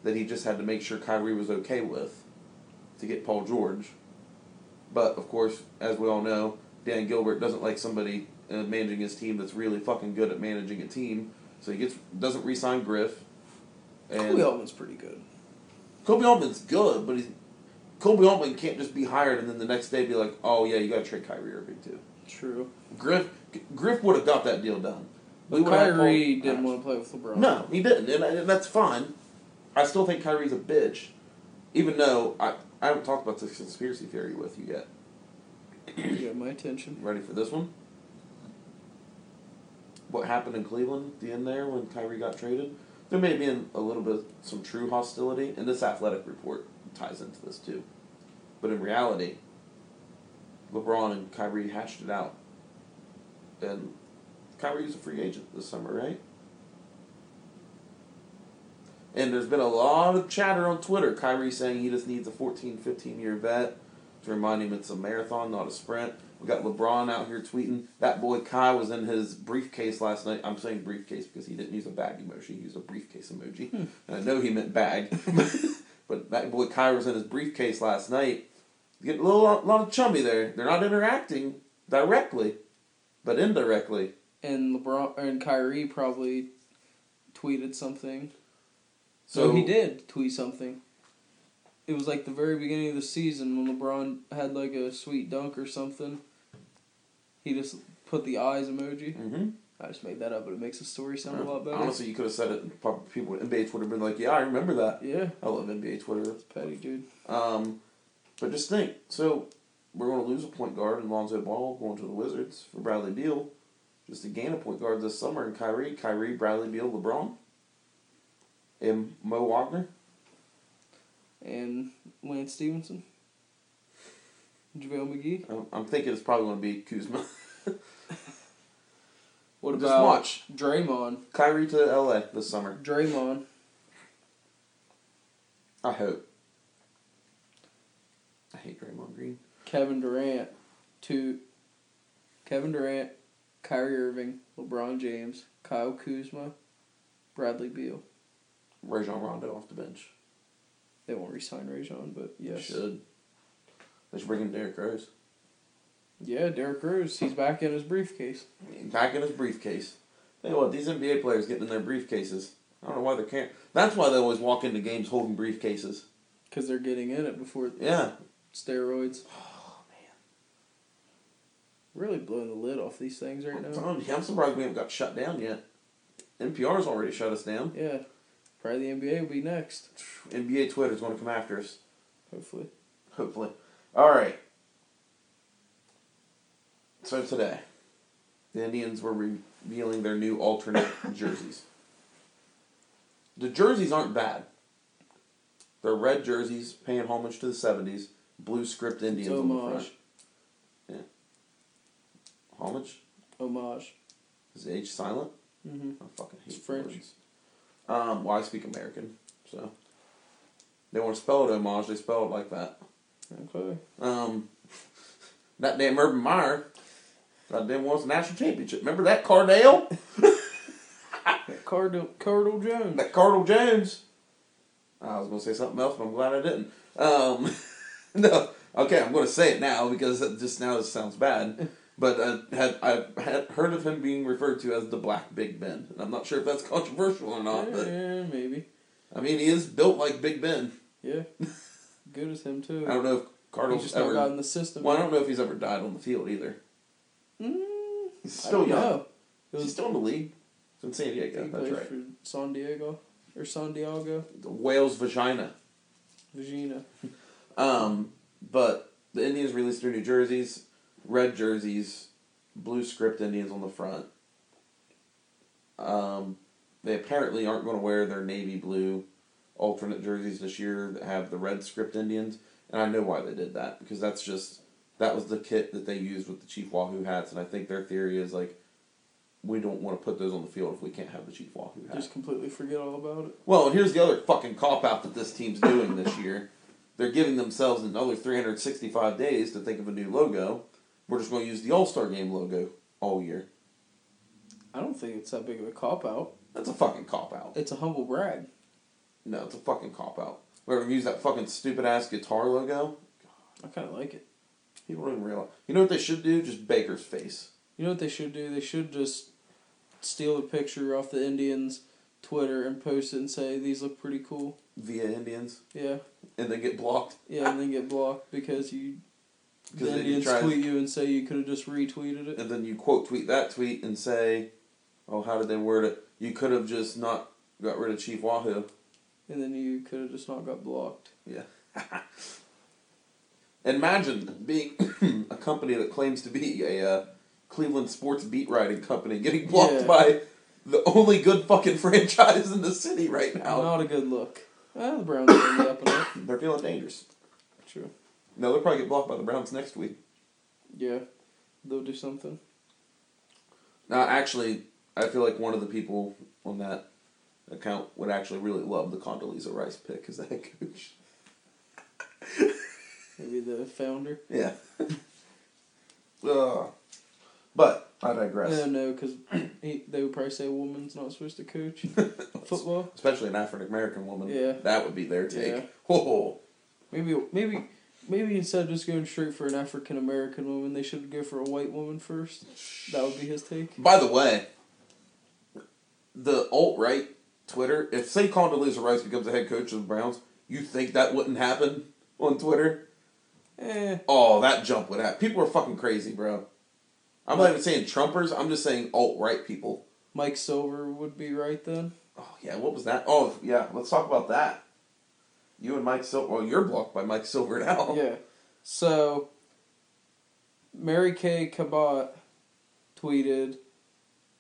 that he just had to make sure Kyrie was okay with to get Paul George. But of course, as we all know, Dan Gilbert doesn't like somebody uh, managing his team that's really fucking good at managing a team. So he gets doesn't re-sign Griff. And
Kobe Altman's pretty good.
Kobe Altman's good, but he's Kobe Altman can't just be hired and then the next day be like, "Oh yeah, you got to trade Kyrie Irving too."
True.
Griff Griff would have got that deal done.
But
would've had
Kyrie
Paul-
didn't want to play with LeBron.
no, he didn't, and, I- and that's fine. I still think Kyrie's a bitch, even though I, I haven't talked about this conspiracy theory with you yet.
You got my attention.
Ready for this one? What happened in Cleveland at the end there when Kyrie got traded? There may be an- a little bit some true hostility, and this athletic report ties into this too. But in reality, LeBron and Kyrie hashed it out, and Kyrie was a free agent this summer, right? And there's been a lot of chatter on Twitter. Kyrie saying he just needs a 14, 15 year vet to remind him it's a marathon, not a sprint. We got LeBron out here tweeting. That boy Kai was in his briefcase last night. I'm saying briefcase because he didn't use a bag emoji. He used a briefcase emoji.
Hmm.
And I know he meant bag. but that boy Kai was in his briefcase last night. Getting a little lot of chummy there. They're not interacting directly, but indirectly.
And LeBron and Kyrie probably tweeted something.
So
no, Oh, he did tweet something. It was like the very beginning of the season when LeBron had like a sweet dunk or something. He just put the eyes emoji.
hmm
I just made that up, but it makes the story sound a lot better.
Honestly, you could have said it. and prob- People at NBA Twitter been like, "Yeah, I remember that."
Yeah,
I love NBA Twitter.
petty dude.
Um, but just think. So we're going to lose a point guard in Lonzo Ball going to the Wizards for Bradley Beal, just to gain a point guard this summer in Kyrie, Kyrie, Bradley Beal, LeBron, and Mo Wagner.
and Lance Stevenson, JaVale McGee.
I'm, I'm thinking it's probably going to be Kuzma.
What
Just
about
watch.
Draymond?
Kyrie to LA this summer.
Draymond.
I hope. I hate Draymond Green.
Kevin Durant to Kevin Durant, Kyrie Irving, LeBron James, Kyle Kuzma, Bradley Beal.
Rajon Rondo off the bench.
They won't resign Rajon, but yes.
Should. Let's bring in Derrick Rose.
Yeah, Derrick Rose. He's back in his briefcase.
Back in his briefcase. Tell you what, these NBA players getting in their briefcases. I don't know why they can't. That's why they always walk into games holding briefcases.
Because they're getting in it before
Yeah.
steroids. Oh, man. Really blowing the lid off these things right
I'm
now.
telling you, I'm surprised we haven't got shut down yet. NPR's already shut us down.
Yeah. Probably the NBA will be next,
NBA Twitter's going to come after us,
hopefully.
hopefully. All right. So today, the Indians were revealing their new alternate jerseys. The jerseys aren't bad. They're red jerseys paying homage to the 70s, blue script Indians
It's
on the front.
homage.
Yeah. Homage?
Homage.
Is the H silent?
hmm
I fucking hate
It's French.
words. Um, well, I speak American, so they want to spell it homage. They spell it like that.
Okay.
Um, that damn Urban Meyer, goddamn, wants a national championship. Remember that Cardale,
Cardinal, Cardinal Jones.
that Cardinal Jones. I was gonna say something else, but I'm glad I didn't. Um, no, okay, I'm gonna say it now because it just now it sounds bad. But I had I had heard of him being referred to as the Black Big Ben, and I'm not sure if that's controversial or not. But
Yeah, maybe.
I mean, he is built like Big Ben.
Yeah. Good as him, too.
I don't know if
He's
Cardinals
just not got in
ever.
the system.
Well, I don't know if he's ever died on the field either.
Mm,
He's
I
still
don't
young.
know. It
He's
was
still in the league. He's in San
I
Diego.
think he
That's
played
right.
for San Diego or San Diego,
The whale's vagina.
Virginia.
Um, but the Indians released their new jerseys, red jerseys, blue script Indians on the front. Um, they apparently aren't going to wear their navy blue alternate jerseys this year that have the red script Indians, and I know why they did that because that's just that was the kit that they used with the Chief Wahoo hats, and I think their theory is like. We don't want to put those on the field if we can't have the Chief Wahoo hat.
Just completely forget all about it.
Well, and here's the other fucking cop out that this team's doing this year. They're giving themselves another 365 days to think of a new logo. We're just going to use the All Star Game logo all year.
I don't think it's that big of a cop out.
That's a fucking cop out.
It's a humble brag.
No, it's a fucking cop out. Where we use that fucking stupid ass guitar logo.
I kind of like it.
People don't even realize. You know what they should do? Just Baker's face.
You know what they should do? They should just steal a picture off the Indians' Twitter and post it and say these look pretty cool.
Via Indians.
Yeah,
And then get blocked.
yeah, and then get blocked because you
Because
the
then you
Indians
try.
tweet you and say you could have just retweeted it.
and then you quote tweet that tweet and say, oh, how did they word it? You could have just not got rid of Chief Wahoo.
And then you could have just not got blocked.
Yeah. Imagine being a company that claims to be a uh, Cleveland sports beat writing company getting blocked
Yeah.
by the only good fucking franchise in the city right now.
Not a good look. Ah, the Browns are gonna be up and up.
They're feeling dangerous.
True.
No, they'll probably get blocked by the Browns next week.
Yeah, they'll do something.
Now, actually, I feel like one of the people on that account would actually really love the Condoleezza Rice pick as the head coach.
Maybe the founder.
Yeah. Ugh. But I digress.
No, no, because they would probably say a woman's not supposed to coach football.
especially an African American woman.
Yeah.
that would be their take.
Yeah.
Oh,
Maybe, maybe, maybe instead of just going straight for an African American woman, they should go for a white woman first. That would be his take.
by the way, the alt right Twitter. If say Condoleezza Rice becomes the head coach of the Browns, you think that wouldn't happen on Twitter?
Eh,
Oh, that jump would happen. People are fucking crazy, bro. I'm not even saying Trumpers. I'm just saying alt right people.
Mike Silver would be right then.
Oh yeah, what was that? Oh yeah, let's talk about that. Oh. You and Mike Silver. Well, you're blocked by Mike Silver now.
Yeah. So, Mary Kay Cabot tweeted,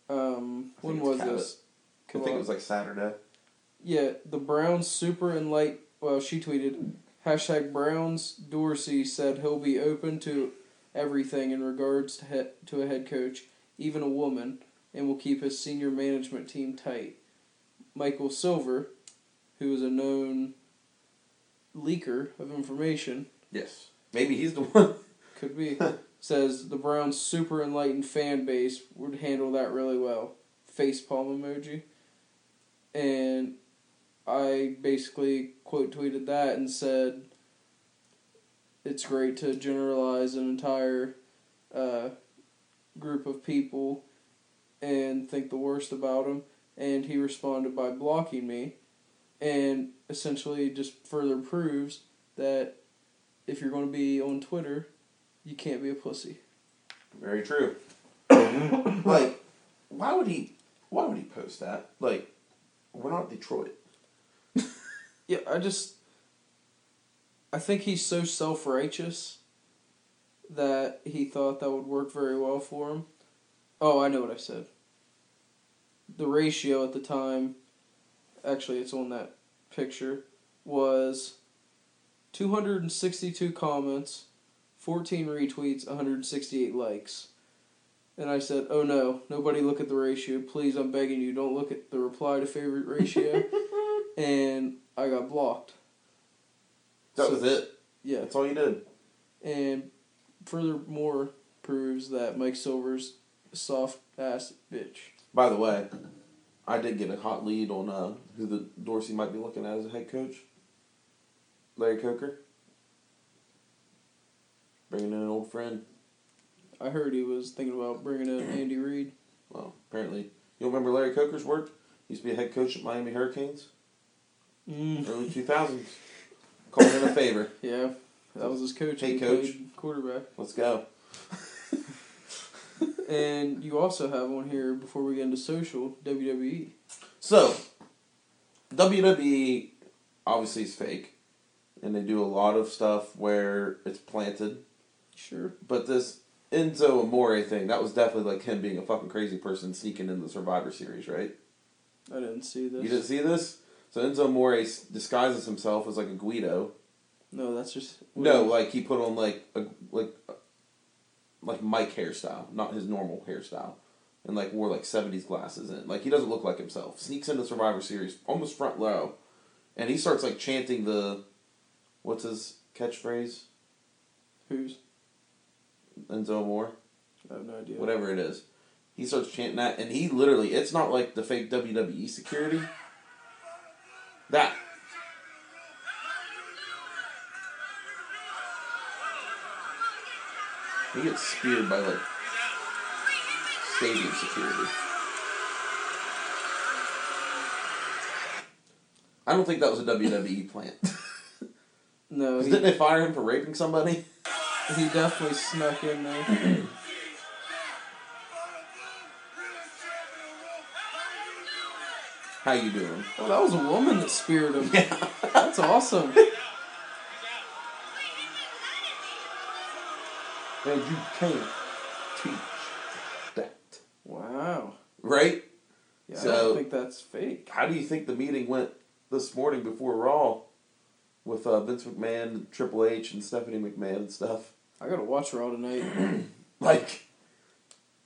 um,
I think
when
it's
was
Cabot.
this?
I think it was like Saturday.
Yeah, the Browns super and late. Well, she tweeted hashtag Browns Dorsey said he'll be open to everything in regards to he- to a head coach, even a woman, and will keep his senior management team tight. Michael Silver, who is a known leaker of information,
Yes. Maybe he's the one.
could be says the Browns super enlightened fan base would handle that really well. Face palm emoji. And I basically quote tweeted that and said it's great to generalize an entire uh, group of people and think the worst about them. And he responded by blocking me and essentially just further proves that if you're going to be on Twitter, you can't be a pussy.
Very true. like, why would he? Why would he post that? Like, we're not Detroit.
Yeah, I just I think he's so self righteous that he thought that would work very well for him. Oh, I know what I said. The ratio at the time actually it's on that picture was two hundred and sixty two comments, fourteen retweets, hundred and sixty eight likes. And I said, Oh no, nobody look at the ratio. Please I'm begging you, don't look at the reply to favorite ratio and I got blocked.
That
So-
was it.
Yeah,
That's all you did.
and furthermore proves that Mike Silver's a soft ass bitch.
By the way, I did get a hot lead on uh, who the Dorsey might be looking at as a head coach. Larry Coker. Bringing in an old friend.
I heard he was thinking about bringing in Andy Reid.
Well, apparently, you remember Larry Coker's work? He used to be a head coach at Miami Hurricanes,
Mm.
early 2000s. Calling in a favor.
Yeah, that was his coach.
Hey,
and he
coach.
played quarterback.
Let's go.
And you also have on here before we get into social E. WWE.
So, WWE obviously is fake, and they do a lot of stuff where it's planted.
Sure.
But this Enzo Amore thing, that was definitely like him being a fucking crazy person sneaking in the Survivor Series, right?
I didn't see this.
You didn't see this? So Enzo Amore s- disguises himself as like a Guido.
No, that's just
No, like he put on like a like like Mike hairstyle, not his normal hairstyle, and like wore like seventies glasses and like he doesn't look like himself. Sneaks into Survivor Series almost front row, and he starts like chanting the what's his catchphrase?
Who's?
Enzo Moore,
I have no idea.
whatever it is. He starts chanting that, and he literally it's not like the fake WWE security. That he gets speared by like stadium security. I don't think that was a WWE plant.
No, he,
Didn't they fire him for raping somebody?
he definitely snuck in there.
How you doing?
Oh, that was a woman that speared him. That's awesome.
And you can't teach that.
Wow.
Right?
Yeah, I
So-
don't think that's fake.
How do you think the meeting went this morning before Raw with uh, Vince McMahon, Triple H, and Stephanie McMahon and stuff?
I gotta watch Raw tonight.
Like,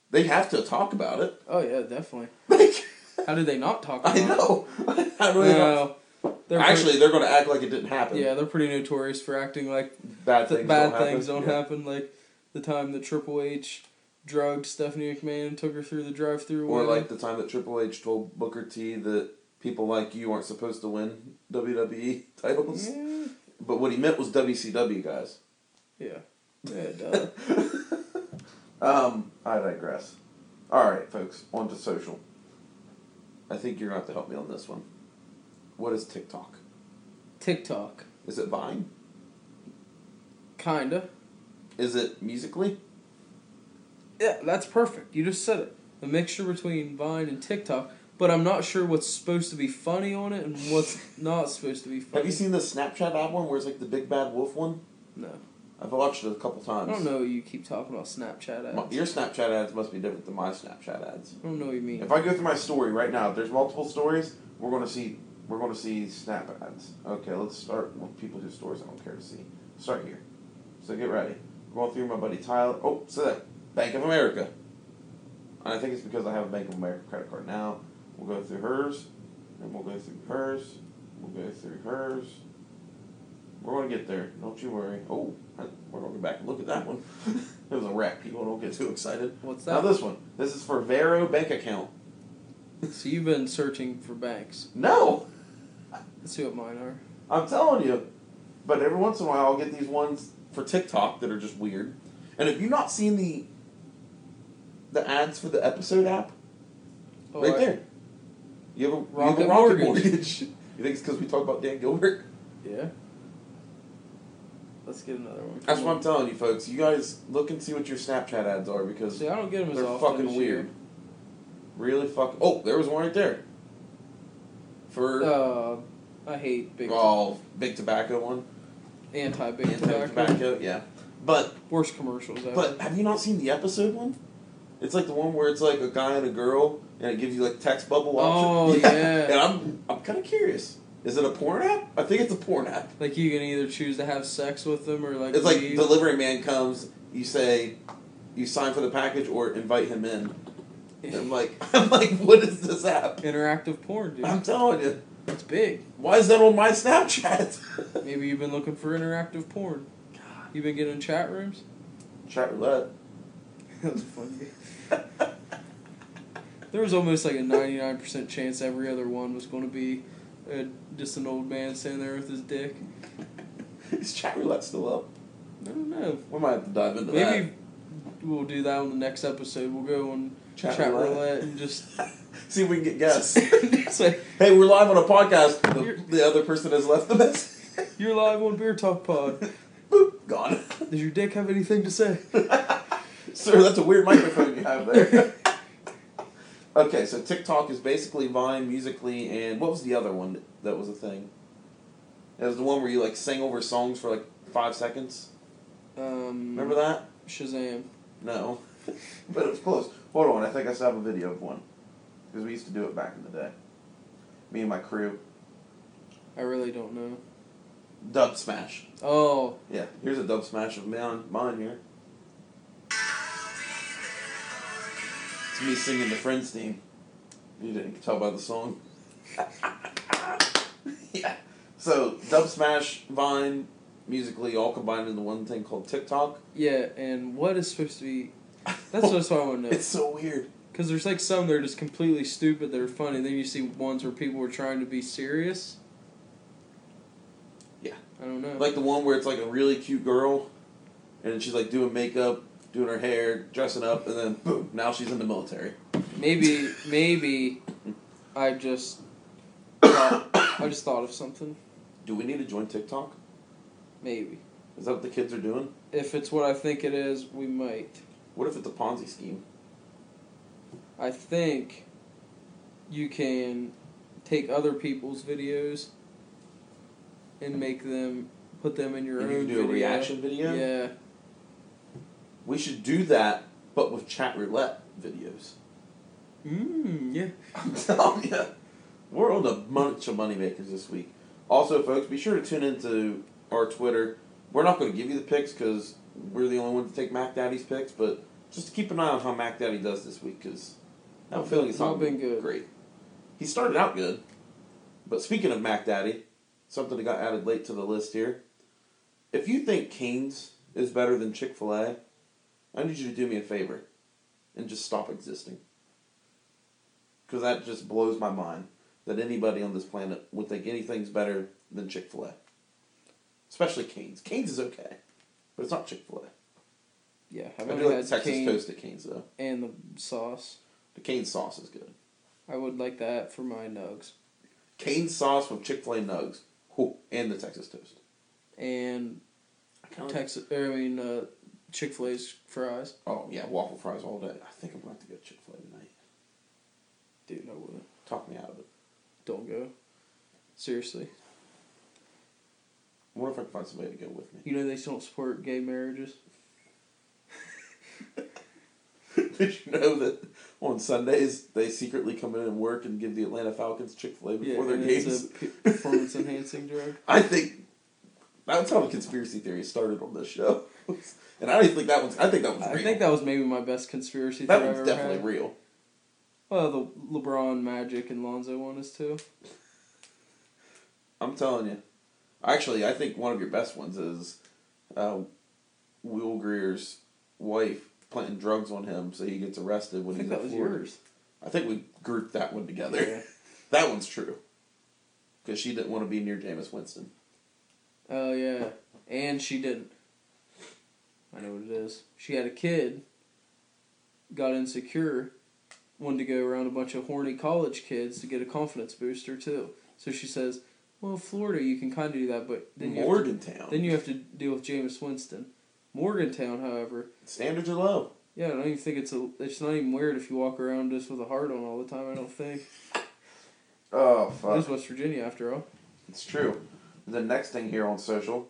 they have to talk about it.
oh yeah, definitely.
Like,
How did they not talk about
I
it?
know. I really don't.
No, they're pretty-
Actually, they're going to act like it didn't happen.
yeah, they're pretty notorious for acting like
bad
th-
things
bad
don't
things
happen.
don't happen. Like the time that Triple H drugged Stephanie McMahon and took her through the drive-through.
Or
window.
like the time that Triple H told Booker T that people like you aren't supposed to win WWE titles.
yeah,
But what he meant was WCW guys.
yeah, yeah duh.
Um, I digress. All right, folks, on to social. I think you're going to have to help me on this one. What is TikTok?
TikTok,
Is it Vine?
kinda.
Is it musically?
Yeah, that's perfect. You just said it. A mixture between Vine and TikTok, but I'm not sure what's supposed to be funny on it and what's not supposed to be funny.
Have you seen the Snapchat ad one where it's like the big bad wolf one?
No.
I've watched it a couple times.
I don't know. You keep talking about Snapchat ads.
My- your Snapchat ads must be different than my Snapchat ads.
I don't know what you mean.
If I go through my story right now, if there's multiple stories, we're gonna see we're gonna see snap ads. Okay, let's start with people whose stories I don't care to see. Start here. So get ready. We're going through my buddy Tyler. Oh, so that Bank of America. And I think it's because I have a Bank of America credit card now. We'll go through hers, and we'll go through hers. We'll go through hers. We're gonna get there. Don't you worry. Oh, I- we're gonna go back and look at that one. it was a wreck. People don't get too excited.
What's
Now
that?
this one. This is for Vero bank account.
so you've been searching for banks.
No,
Let's see what mine are.
I'm telling you. But every once in a while, I'll get these ones for TikTok that are just weird. And if you've not seen the the ads for the episode app,
Oh,
right
I-
there, you have a rocket,
Rocket
rocket mortgage.
Mortgage.
you think it's because we talk about Dan Gilbert?
Yeah. Let's get another one.
That's what I'm telling you, folks. You guys look and see what your Snapchat ads are because
See, I don't get them as
they're
often.
fucking
as
weird. Really fucking. Oh, there was one right there.
you.
For
Uh, I hate big
oh, big tobacco one.
anti big
Anti
tobacco.
tobacco, yeah. But
Worst commercials ever.
But have you not seen the episode one? It's like the one where it's like a guy and a girl, and it gives you like text bubble
Oh,
option.
yeah.
And I'm I'm kind of curious. Is it a porn app? I think it's a porn app.
like you can either choose to have sex with them or like
It's like
leave.
delivery man comes, you say, you sign for the package or invite him in. And I'm like, I'm like, what is this app?
interactive porn, dude.
I'm telling you,
It's big.
why is that on my Snapchat?
Maybe you've been looking for interactive porn. You've been getting chat rooms.
Chat roulette.
That was funny. there was almost like a ninety nine percent chance every other one was going to be uh, just an old man standing there with his dick.
Is chat roulette still up?
I don't know.
We might have to dive into that.
Maybe we'll do that on the next episode. We'll go on
Chat
chat,
roulette.
roulette. and just
See if we can get guests.
it's like
Hey, we're live on a podcast. The,
You're-
the other person has left the message.
you're live on Beer Talk Pod.
Boop, gone.
Does your dick have anything to say?
Sir, that's a weird microphone you have there. okay, so TikTok is basically Vine, Musically, and what was the other one that, that was a thing? It was the one where you like sing over songs for like five seconds.
Um,
Remember that?
Shazam.
No, but it was close. Hold on, I think I still have a video of one because we used to do it back in the day. Me and my crew,
I really don't know.
Dub Smash.
Oh,
Yeah, here's a Dub Smash of mine, mine here. It's me singing the Friends theme. You didn't tell by the song. yeah. So Dub Smash, Vine, musically all combined into one thing called TikTok.
yeah. And what is supposed to be? That's just what I want to know.
It's so weird.
Because there's like some that are just completely stupid that are funny. Then you see ones where people are trying to be serious.
Yeah.
I don't know.
Like the one where it's like a really cute girl, and she's like doing makeup, doing her hair, dressing up, and then boom, now she's in the military.
maybe maybe I just thought, I just thought of something.
Do we need to join TikTok?
Maybe
Is that what the kids are doing?
if it's what I think it is, we might.
What if it's a Ponzi scheme?
I think you can take other people's videos and make them put them in your
And you
own
do a
video.
reaction video?
Yeah.
We should do that, but with chat roulette videos.
Mm, yeah.
I'm telling you, we're on a bunch of money makers this week. Also, folks, be sure to tune into our Twitter. We're not going to give you the picks because we're the only ones to take Mac Daddy's picks, but just to keep an eye on how Mac Daddy does this week because I have a feeling it's not,
Not been good.
Great. He started out good, but speaking of Mac Daddy, something that got added late to the list here. If you think Canes is better than Chick Fil A, I need you to do me a favor and just stop existing because that just blows my mind that anybody on this planet would think anything's better than Chick Fil A, especially Canes. Canes is okay, but it's not Chick Fil A.
Yeah.
I
I've
do
only
like
had
the Texas
cane
toasted Canes though.
and the sauce.
The Canes sauce is good.
I would like that for my nugs.
Canes sauce with Chick Fil A nugs, Whew. and the Texas toast.
And
I kinda-
Texas, I mean uh, Chick Fil A's fries.
Oh yeah, waffle fries all day. I think I'm going to go Chick Fil A tonight.
Dude, I would.
Talk me out of it.
Don't go. Seriously.
I wonder if I can find somebody to go with me.
You know they still don't support gay marriages.
Did you know that on Sundays they secretly come in and work and give the Atlanta Falcons Chick Fil A before their
and it's
games?
a performance enhancing drug.
I think that's how the conspiracy theory started on this show, and I don't think that one's. I think that was.
I
real.
think that was maybe my best conspiracy
that
theory I've
one's
ever
definitely
had.
real.
Well, the LeBron, Magic, and Lonzo one is too.
I'm telling you. Actually, I think one of your best ones is uh, Will Greer's wife planting drugs on him so he gets arrested when
I
he's
think that
at
was
Florida.
yours.
I think we grouped that one together.
Yeah.
that one's true. Because she didn't want to be near Jameis Winston.
Oh yeah, and she didn't. I know what it is. She had a kid. Got insecure, wanted to go around a bunch of horny college kids to get a confidence booster too. So she says, "Well, Florida, you can kind of do that, but then you have to-
Morgantown.
Then you have to deal with Jameis Winston. Morgantown, however,
Standards are low.
yeah, I don't even think it's a. It's not even weird if you walk around just with a heart on all the time. I don't think.
Oh,
It is West Virginia, after all.
It's true. The next thing here on social,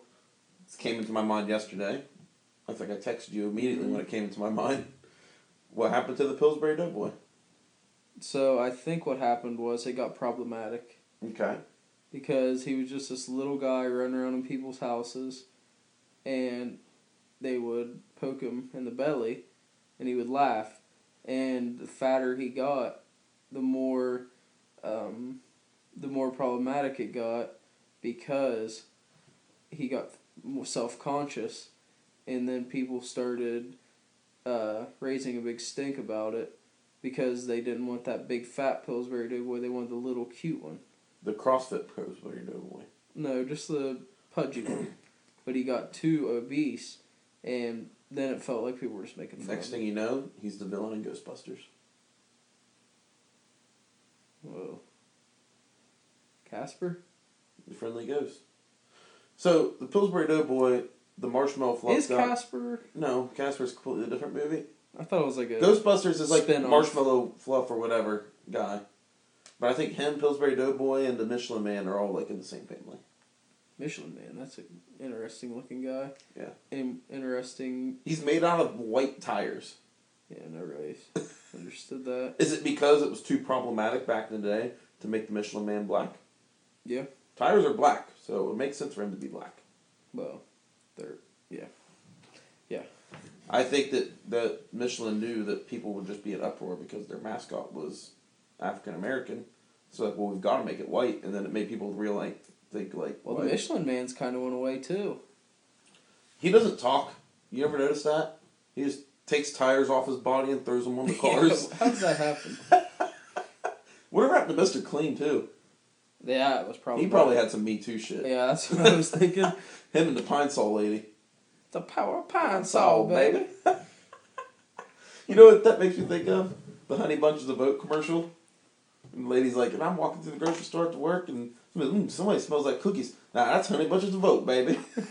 this came into my mind yesterday. I think I texted you immediately when it came into my mind. What happened to the Pillsbury Doughboy?
So I think what happened was it got problematic
Okay.
because he was just this little guy running around in people's houses, and they would poke him in the belly, and he would laugh, and the fatter he got, the more, um, the more problematic it got, because he got more self conscious, and then people started uh, raising a big stink about it. Because they didn't want that big fat Pillsbury Doughboy, they wanted the little cute one.
The CrossFit Pillsbury Doughboy.
Mm-hmm. No, just the pudgy one. But he got too obese, and then it felt like people were just making fun.
Next
of
thing
him.
you know, he's the villain in Ghostbusters.
Whoa. Casper
The friendly ghost. So, the Pillsbury Doughboy, the marshmallow fluff
is
guy-
Casper.
No, Casper's a completely different movie.
I thought it was like a
Ghostbusters is like
Spin-off.
marshmallow fluff or whatever guy. But I think him, Pillsbury Doughboy, and the Michelin Man are all like in the same family.
Michelin Man. That's an interesting looking guy.
Yeah.
In- interesting.
He's made out of white tires.
Yeah, no really understood that.
Is it because it was too problematic back in the day to make the Michelin Man black?
Yeah.
Tires are black, so it makes sense for him to be black.
Well, they're yeah.
I think that, that Michelin knew that people would just be in uproar because their mascot was African American. So like, well, we've got to make it white, and then it made people real like think like,
Well,
white.
the Michelin Man's kind of went away too.
he doesn't talk. You ever notice that? He just takes tires off his body and throws them on the cars.
How does that happen?
Whatever happened to Mister Clean too?
yeah, it was probably
He probably had some Me Too shit.
Oh, Yeah, that's what I was thinking.
Him and the Pine Sol lady.
The power of pine
Sol,
saw, baby.
you know what that makes me think of? The Honey Bunches of Oat commercial. And the lady's like, and I'm walking through the grocery store to work, and mm, somebody smells like cookies. Nah, that's Honey Bunches of Oat, baby.
Is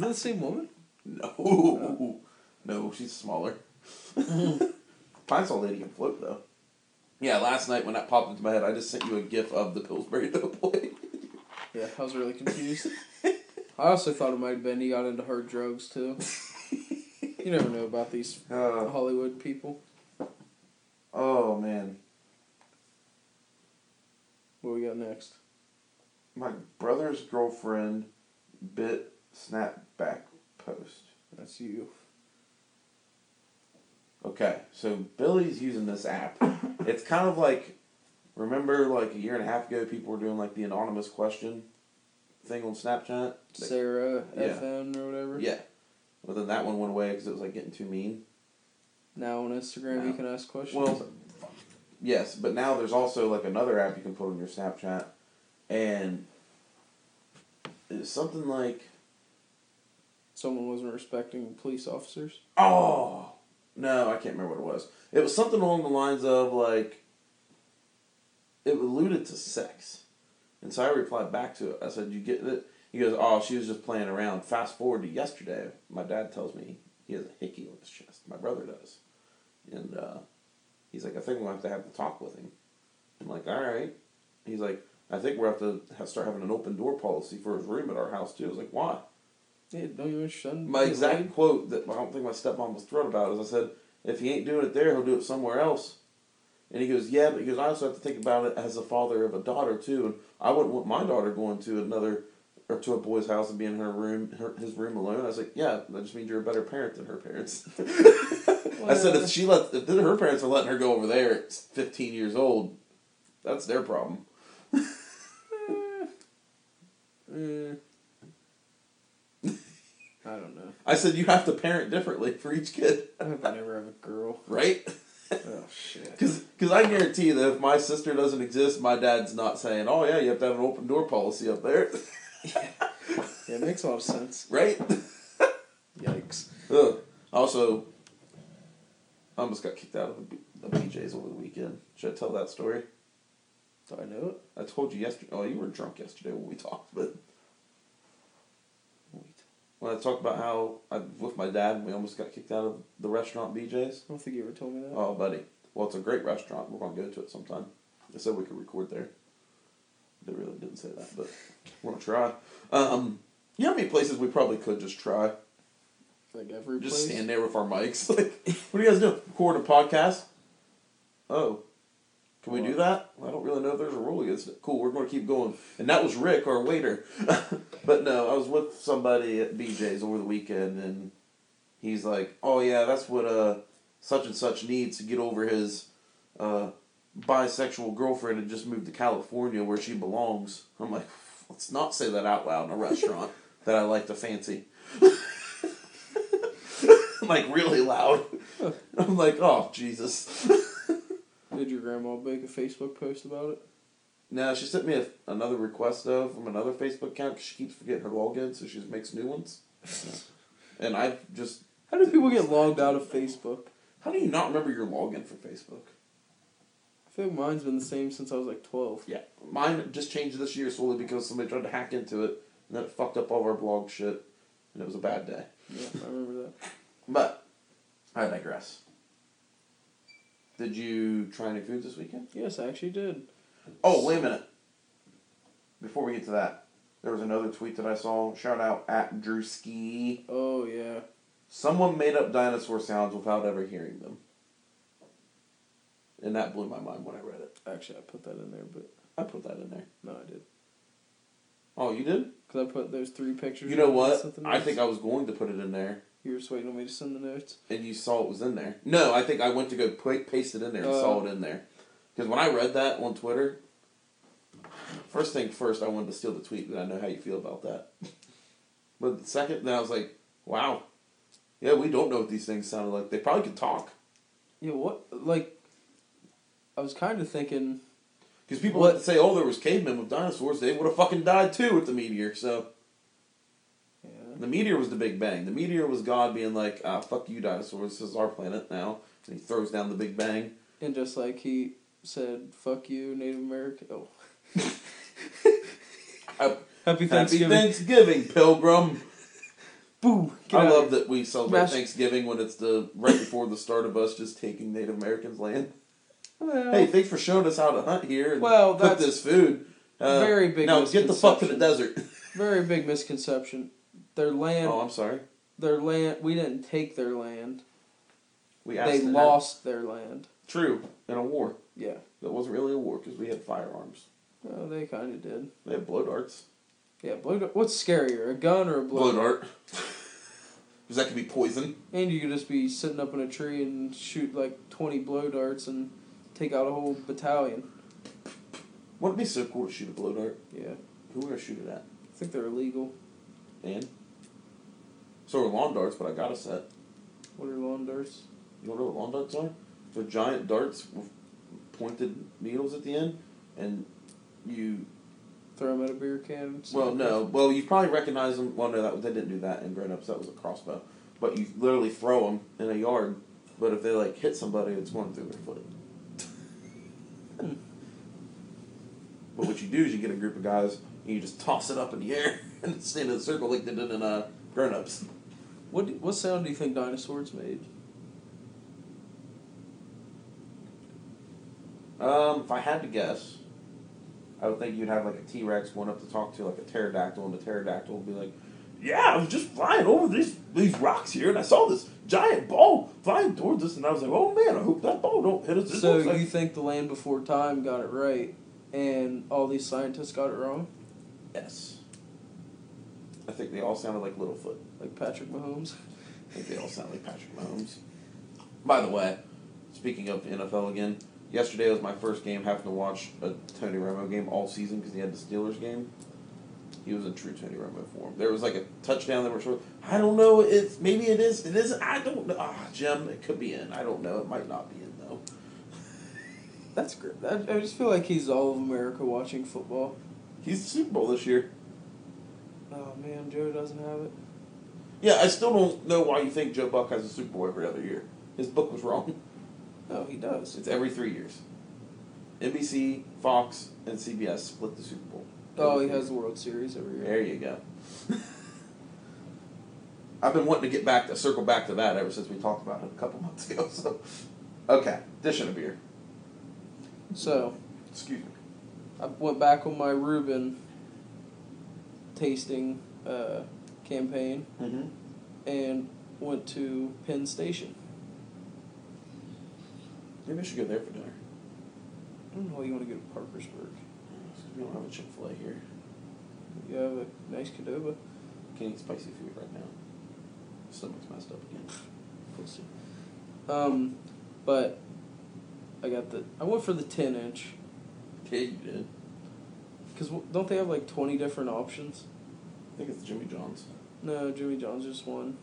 that the same woman?
no. No, she's smaller. Mm-hmm. Pine Sol lady can float, though. Yeah, last night when that popped into my head, I just sent you a gif of the Pillsbury Doughboy.
Yeah, I was really confused. I also thought it might have been he got into hard drugs too. you never know about these
Uh,
Hollywood people.
oh, man.
What we got next?
My brother's girlfriend bit snapback post.
That's you.
Okay, so Billy's using this app. It's kind of like, remember, like a year and a half ago, people were doing like the anonymous question thing on Snapchat.
Sarah
Yeah.
FN or whatever.
Yeah, but then that one went away because it was like getting too mean.
Now on Instagram
No.
you can ask questions.
Well, yes, but now there's also like another app you can put on your Snapchat, and it's something like
someone wasn't respecting police officers.
Oh no, I can't remember what it was. It was something along the lines of like it alluded to sex. And so I replied back to it. I said, You get it? He goes, Oh, she was just playing around. Fast forward to yesterday, my dad tells me he has a hickey on his chest. My brother does. And uh, he's like, I think we'll have to have the talk with him. I'm like, All right. He's like, I think we're gonna have to ha- start having an open door policy for his room at our house too. I was like, why?
Yeah, don't you wish son?
My
get
exact
laid?
quote that I don't think my stepmom was thrilled about is I said, if he ain't doing it there, he'll do it somewhere else. And he goes, yeah, but he goes, I also have to think about it as a father of a daughter too. And I wouldn't want my daughter going to another or to a boy's house and being in her room, her, his room alone. I was like, yeah, that just means you're a better parent than her parents. I said, if she let, if her parents are letting her go over there at 15 years old, that's their problem.
Eh. I don't know.
I said, you have to parent differently for each kid,
I hope I never have a girl.
right?
Oh shit.
Because I guarantee you that if my sister doesn't exist, my dad's not saying, oh, yeah, you have to have an open door policy up there.
Yeah, it makes a lot of sense.
right?
Yikes.
Ugh. Also, I almost got kicked out of a B- a BJ's over the weekend. Should I tell that story?
Do I know it?
I told you yesterday. Oh, you were drunk yesterday when we talked, but
Wait.
when I talked about how I with my dad, we almost got kicked out of the restaurant BJ's.
I don't think you ever told me that.
Oh, buddy. Well, it's a great restaurant. We're going to go to it sometime. They said we could record there. They really didn't say that, but we're going to try. Um, you know how many places we probably could just try?
Like every
Just
place.
stand there with our mics. Like, what do you guys do? Record a podcast? Oh. Can we do that? I don't really know if there's a rule against it. Cool, we're going to keep going. And that was Rick, our waiter. but no, I was with somebody at BJ's over the weekend, and he's like, oh, yeah, that's what uh, such and such needs to get over his uh, bisexual girlfriend and just moved to California where she belongs. I'm like, let's not say that out loud in a restaurant that I like to fancy. like really loud. I'm like, oh Jesus.
Did your grandma make a Facebook post about it?
now she sent me a, another request though from another Facebook account 'cause she keeps forgetting her login, so she just makes new ones. and I just,
How do people get logged out of Facebook?
how do you not remember your login for Facebook?
I feel like mine's been the same since I was like twelve.
Yeah, mine just changed this year solely because somebody tried to hack into it, and then it fucked up all of our blog shit, and it was a bad day.
Yeah, I remember that.
But I digress. Did you try any food this weekend?
Yes, I actually did.
Oh, wait a minute. Before we get to that, there was another tweet that I saw. Shout out at Drewski.
Oh yeah.
Someone made up dinosaur sounds without ever hearing them. And that blew my mind when I read it.
Actually, I put that in there, but
I put that in there.
no, I did.
Oh, you did?
Cause I put those three pictures.
You know
in and
what?
sent the
I
notes.
think I was going to put it in there,
You were just waiting on me to send the notes.
and you saw it was in there. No, I think I went to go pla- paste it in there and
Oh.
saw it in there. Because when I read that on Twitter, first thing first, I wanted to steal the tweet, and I know how you feel about that. But the second, then I was like, wow. Yeah, we don't know what these things sounded like. They probably could talk.
Yeah, what? Like, I was kind of thinking.
Because people
What-
would say, oh, there was cavemen with dinosaurs. They would have fucking died too with the meteor. So
Yeah.
the meteor was the Big Bang. The meteor was God being like, ah, fuck you, dinosaurs. This is our planet now. And he throws down the Big Bang.
And just like he said, "Fuck you, Native American." Oh.
Happy
Happy
Happy
Thanksgiving.
Thanksgiving, Pilgrim.
Boo!
I
Get out of
love
here.
that we celebrate
Smash.
Thanksgiving when it's the right before the start of us just taking Native Americans' land.
Well,
Hey, thanks for showing us how to hunt here and
Well,
cook
that's
this food. Uh,
very big
Now get the fuck to the
misconception.
desert.
very big misconception. Their land,
oh, I'm sorry.
their land. We didn't take their land.
We asked
They
them.
lost their land.
True in a war
Yeah.
that wasn't really a war because we had firearms.
Oh, they kind of did.
They have blow darts.
Yeah, blow dart. What's scarier, a gun or a blow? dart?
dart. Because that could be poison.
And you could just be sitting up in a tree and shoot like twenty blow darts and take out a whole battalion.
Wouldn't it be so cool to shoot a blow dart?
Yeah,
Who would I shoot it at?
I think they're illegal.
Dan? So are lawn darts, but I got a set.
What are lawn darts?
You don't know what lawn darts are? They're giant darts with pointed needles at the end, and you.
Throw them at a beer can. and
Well, no. Well, you probably recognize them. Well, no, that they didn't do that in grown ups. That was a crossbow. But you literally throw them in a yard. But if they like hit somebody, it's going through their foot. but what you do is you get a group of guys and you just toss it up in the air and stand in a circle like they did in uh, grown ups.
What do, what sound do you think dinosaurs made?
Um, if I had to guess, I would think you'd have like a T Rex going up to talk to like a pterodactyl, and the pterodactyl would be like, "Yeah, I was just flying over these these rocks here, and I saw this giant ball flying towards us, and I was like, oh man, I hope that ball don't hit us." This
So
looks like-
you think the Land Before Time got it right, and all these scientists got it wrong,
yes. I think they all sounded like Littlefoot.
like Patrick Mahomes?
I think they all sound like Patrick Mahomes. By the way, speaking of NFL again, yesterday was my first game having to watch a Tony Romo game all season because he had the Steelers game. He was a true Tony Romo form. There was like a touchdown that were short. I don't know. It's maybe it is. It isn't. I don't know. Ah, Jim, it could be in. I don't know. It might not be in though.
That's great. I, I just feel like he's all of America watching football.
He's the Super Bowl this year.
Oh man, Joe doesn't have it.
Yeah, I still don't know why you think Joe Buck has a Super Bowl every other year. His book was wrong.
No, he does.
It's every three years. NBC, Fox, and CBS split the Super Bowl.
Oh, he has the World Series every year.
There you go. I've been wanting to get back to circle back to that ever since we talked about it a couple months ago. So, okay, dish and a beer.
So
Excuse me.
I went back on my Reuben tasting uh, campaign
Mm-hmm.
and went to Penn Station.
Maybe I should go there for dinner.
I don't know why you want to go to Parkersburg.
We don't have a Chick Fil A here.
You have a nice Cadova.
Can't eat spicy food right now. Stomach's messed up again.
We'll see. Um, but I got the. I went for the ten inch
Okay, you did.
because don't they have like twenty different options?
I think it's Jimmy John's.
No, Jimmy John's just one.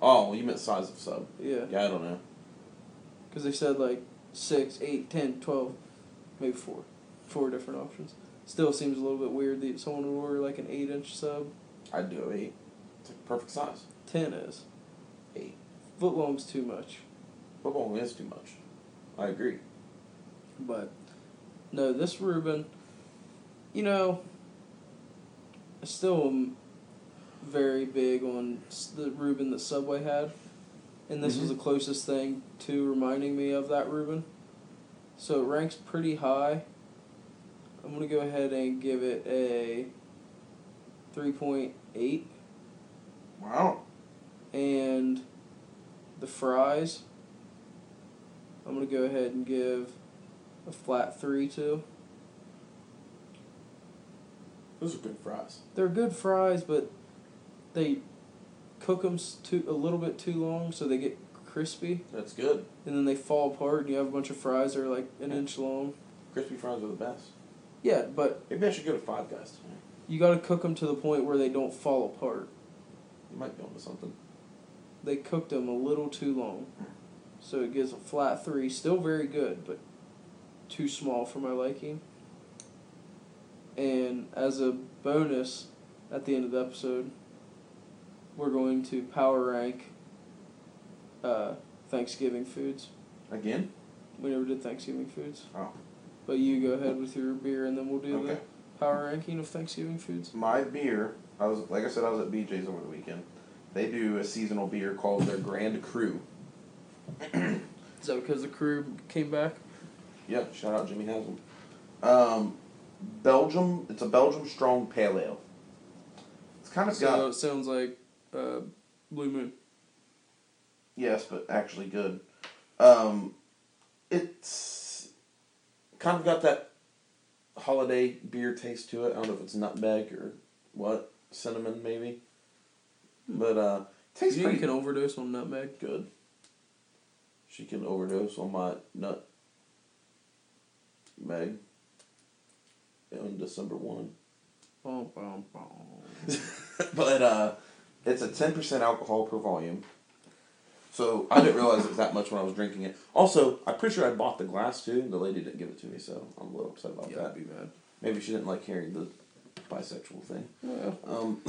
Oh, you meant size of sub.
Yeah,
Yeah, I don't know.
because they said like six, eight, ten, twelve, maybe four, four different options. Still seems a little bit weird that someone would order like an eight inch sub.
I'd do eight. It's like perfect size.
Ten is
Eight.
foot long's too much,
Football is too much. I agree.
but no, this Reuben, you know, I still am very big on s- the Reuben that Subway had, and this was the closest thing to reminding me of that Reuben. So it ranks pretty high. I'm gonna go ahead and give it a three point eight,
Wow.
and the fries. I'm gonna go ahead and give a flat three to.
Those are good fries.
They're good fries, but they cook them too, a little bit too long, so they get crispy,
That's good.
and then they fall apart, and you have a bunch of fries that are like an inch long.
Crispy fries are the best.
Yeah, but
Maybe I should go to Five Guys tonight.
you gotta cook them to the point where they don't fall apart.
You might be onto something.
They cooked them a little too long, so it gives a flat three. Still very good, but too small for my liking. And as a bonus, at the end of the episode, we're going to power rank uh, Thanksgiving foods.
Again?
We never did Thanksgiving foods.
Oh.
But you go ahead with your beer, and then we'll do
Okay.
the power ranking of Thanksgiving foods.
My beer, I was like I said, I was at BJ's over the weekend. They do a seasonal beer called their Grand Crew.
Is that because the crew came back?
Yeah, shout out Jimmy Haslam. Um, Belgium, it's a Belgium strong pale ale. It's kind of
So
got
it sounds like uh, Blue Moon.
Yes, but actually good. Um, it's kind of got that holiday beer taste to it. I don't know if it's nutmeg or what, cinnamon maybe. But uh, tastes
you
pretty
can overdose on nutmeg.
good. She can overdose on my nut meg on December one.
Bum, bum, bum.
but uh, it's a ten percent alcohol per volume. So I didn't realize it was that much when I was drinking it. Also, I'm pretty sure I bought the glass too, and the lady didn't give it to me, so I'm a little upset about
Yeah, I'd
that.
be mad.
Maybe she didn't like hearing the bisexual thing.
Well,
Um,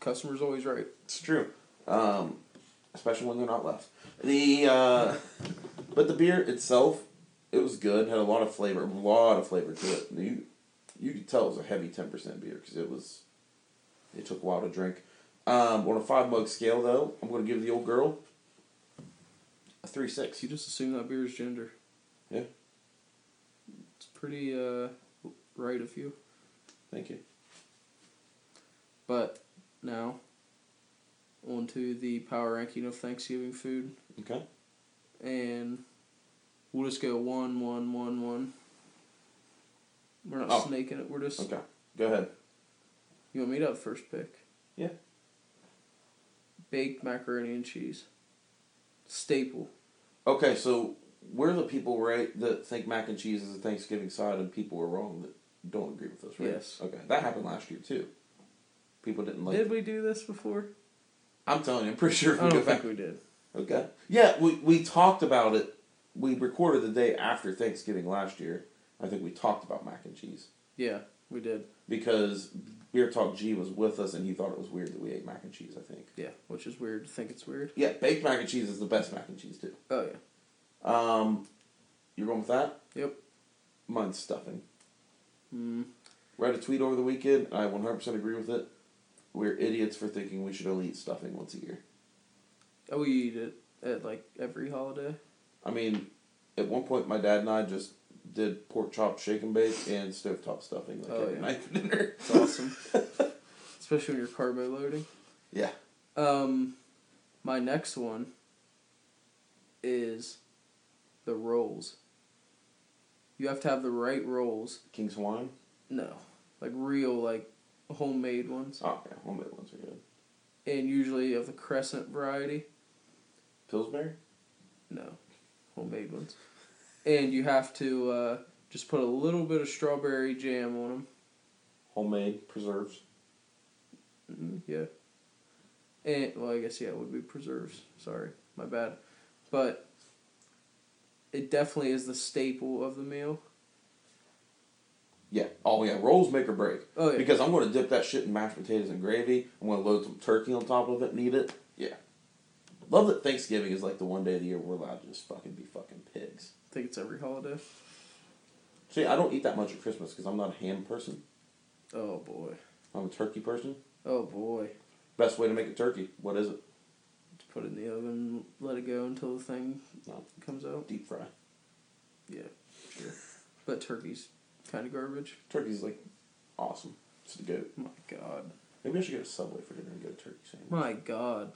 customer's always right.
it's true, um, especially when they're not left. The uh, but the beer itself, it was good. Had a lot of flavor, a lot of flavor to it. You you could tell it was a heavy ten percent beer because it was It took a while to drink. Um, on a five mug scale, though, I'm going to give the old girl a three six.
You just assume that beer's gender.
Yeah.
It's pretty uh, right of you.
Thank you.
But now, on to the power ranking of Thanksgiving food.
Okay.
And we'll just go one, one, one, one. We're not
Oh.
snaking it. We're just.
Okay. Go ahead.
You want me to have first pick?
Yeah.
Baked macaroni and cheese. Staple.
Okay, so we're the people right that think mac and cheese is a Thanksgiving side, and people are wrong that don't agree with us, right?
Yes.
Okay, that happened last year too. People didn't like.
Did we do this before?
I'm telling you, I'm pretty sure. If
I
we go
don't
back,
think we did.
okay. Yeah, we we talked about it. We recorded the day after Thanksgiving last year. I think we talked about mac and cheese
Yeah, we did.
because Beer Talk G was with us, and he thought it was weird that we ate mac and cheese. I think.
Yeah, which is weird. to think it's weird.
Yeah, baked mac and cheese is the best mac and cheese too.
Oh yeah.
Um, you're going with that?
Yep.
Mine's stuffing.
Mm.
Read a tweet over the weekend. I 100% agree with it. We're idiots for thinking we should only eat stuffing once a year.
Oh, we eat it at like every holiday.
I mean, at one point, my dad and I just did pork chop shake and bake and stovetop stuffing like
Oh,
every
yeah.
night for dinner.
It's awesome, especially when you're carbo loading.
yeah.
Um, my next one is the rolls. You have to have the right rolls.
King's wine.
No, like real, like homemade ones,
Oh, yeah. Homemade ones are good.
and usually of the crescent variety.
Pillsbury?
No, homemade ones, and you have to uh, just put a little bit of strawberry jam on them.
Homemade preserves.
Mm, yeah. And well, I guess yeah, it would be preserves. Sorry, my bad. But it definitely is the staple of the meal.
Yeah. Oh, yeah. Rolls make or break.
Oh, yeah.
Because I'm going to dip that shit in mashed potatoes and gravy. I'm going to load some turkey on top of it and eat it. Yeah. Love that Thanksgiving is like the one day of the year we're allowed to just fucking be fucking pigs.
I think it's every holiday.
See, I don't eat that much at Christmas because I'm not a ham person.
Oh boy.
I'm a turkey person.
Oh boy.
Best way to make a turkey. What is it?
Just put it in the oven, let it go until the thing
No.
comes out.
Deep fry.
Yeah, sure. But turkey's kind of garbage.
Turkey's like awesome. It's the goat.
My God.
Maybe I should get a Subway for dinner and get a turkey sandwich.
My God.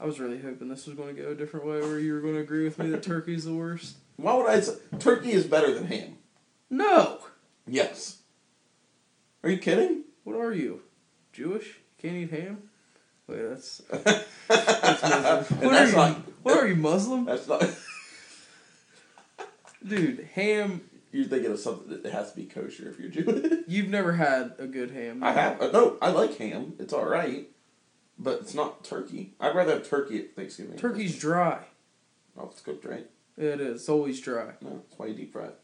I was really hoping this was going to go a different way, where you were going to agree with me that turkey's the worst.
Why would I say turkey is better than ham?
No.
Yes. Are you kidding?
What are you? Jewish? Can't eat ham? Wait, that's. uh, that's Muslim.
And
what,
that's
are you,
not-
what are you, Muslim?
That's not.
Dude, ham.
you're thinking of something that has to be kosher if you're Jewish.
You've never had a good ham.
I have. uh, No, I like ham. It's all right. But it's not turkey. I'd rather have turkey at Thanksgiving.
Turkey's dry.
Oh, it's cooked, right?
It is. It's always dry.
No, that's why you deep fry it.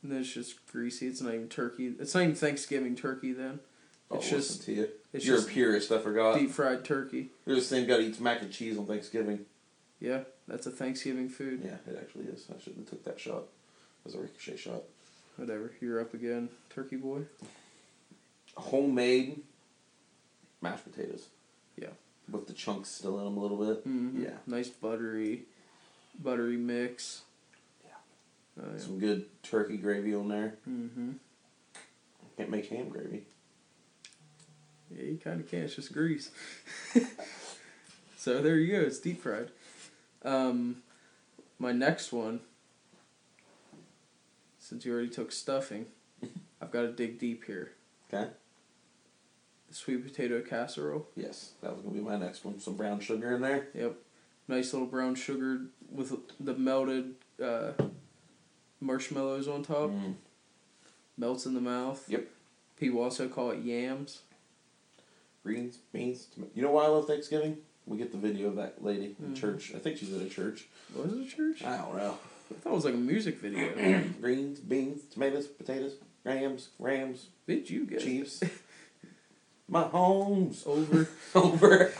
And then it's just greasy. It's not even turkey. It's not even Thanksgiving turkey then.
Oh,
It's
it's
just-
just to you.
it's
You're
just
a purist. I forgot.
Deep fried turkey.
You're the same guy that eats mac and cheese on Thanksgiving.
Yeah, that's a Thanksgiving food.
Yeah, it actually is. I should have took that shot. It was a ricochet shot.
Whatever. You're up again, turkey boy.
Homemade mashed potatoes
Yeah.
with the chunks still in them a little bit.
Mhm.
Yeah.
Nice buttery, buttery mix. Yeah. Oh, yeah.
Some good turkey gravy on there.
Mm-hmm.
Can't make ham gravy.
Yeah, you kind of can. It's just grease. so there you go. It's deep fried. Um, my next one, since you already took stuffing, I've got to dig deep here.
Okay.
Sweet potato casserole.
Yes, that was gonna be my next one. Some brown sugar in there.
Yep. Nice little brown sugar with the melted uh, marshmallows on top.
Mm.
Melts in the mouth.
Yep.
People also call it yams.
Greens, beans. Tom- you know why I love Thanksgiving? We get the video of that lady in
Mhm.
church. I think she's at a church.
Was it a church? I
I don't know.
thought it was like a music video.
Greens, beans, tomatoes, potatoes, rams, rams,
Did you get it?
Chiefs. My home's
over?
over.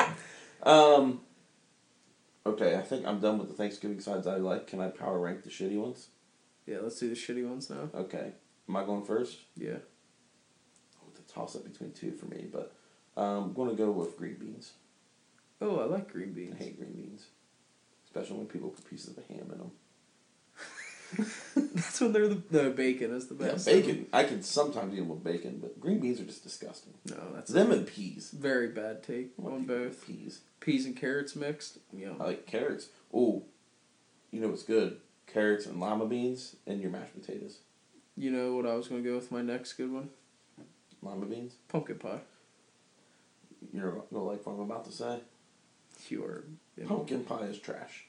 um, okay, I think I'm done with the Thanksgiving sides I like. Can I power rank the shitty ones?
Yeah, let's do the shitty ones now.
Okay. Am I going first?
Yeah.
Oh, It's a toss up between two for me, but um, I'm going to go with green beans.
Oh, I like green
I
beans.
hate green beans, especially when people put pieces of ham in them.
That's when they're the no bacon is the
Yeah,
best.
bacon. I can sometimes eat them with bacon, but green beans are just disgusting.
No, that's
Them and peas.
very bad take
I want
on
people with
both
peas.
peas and carrots mixed. Yum.
I like carrots. Ooh, you know what's good? Carrots and lima beans and your mashed potatoes.
You know what I was gonna go with my next good one?
Lima beans.
Pumpkin pie.
You know, you know like what I'm about to say?
You are
Pumpkin pie is trash.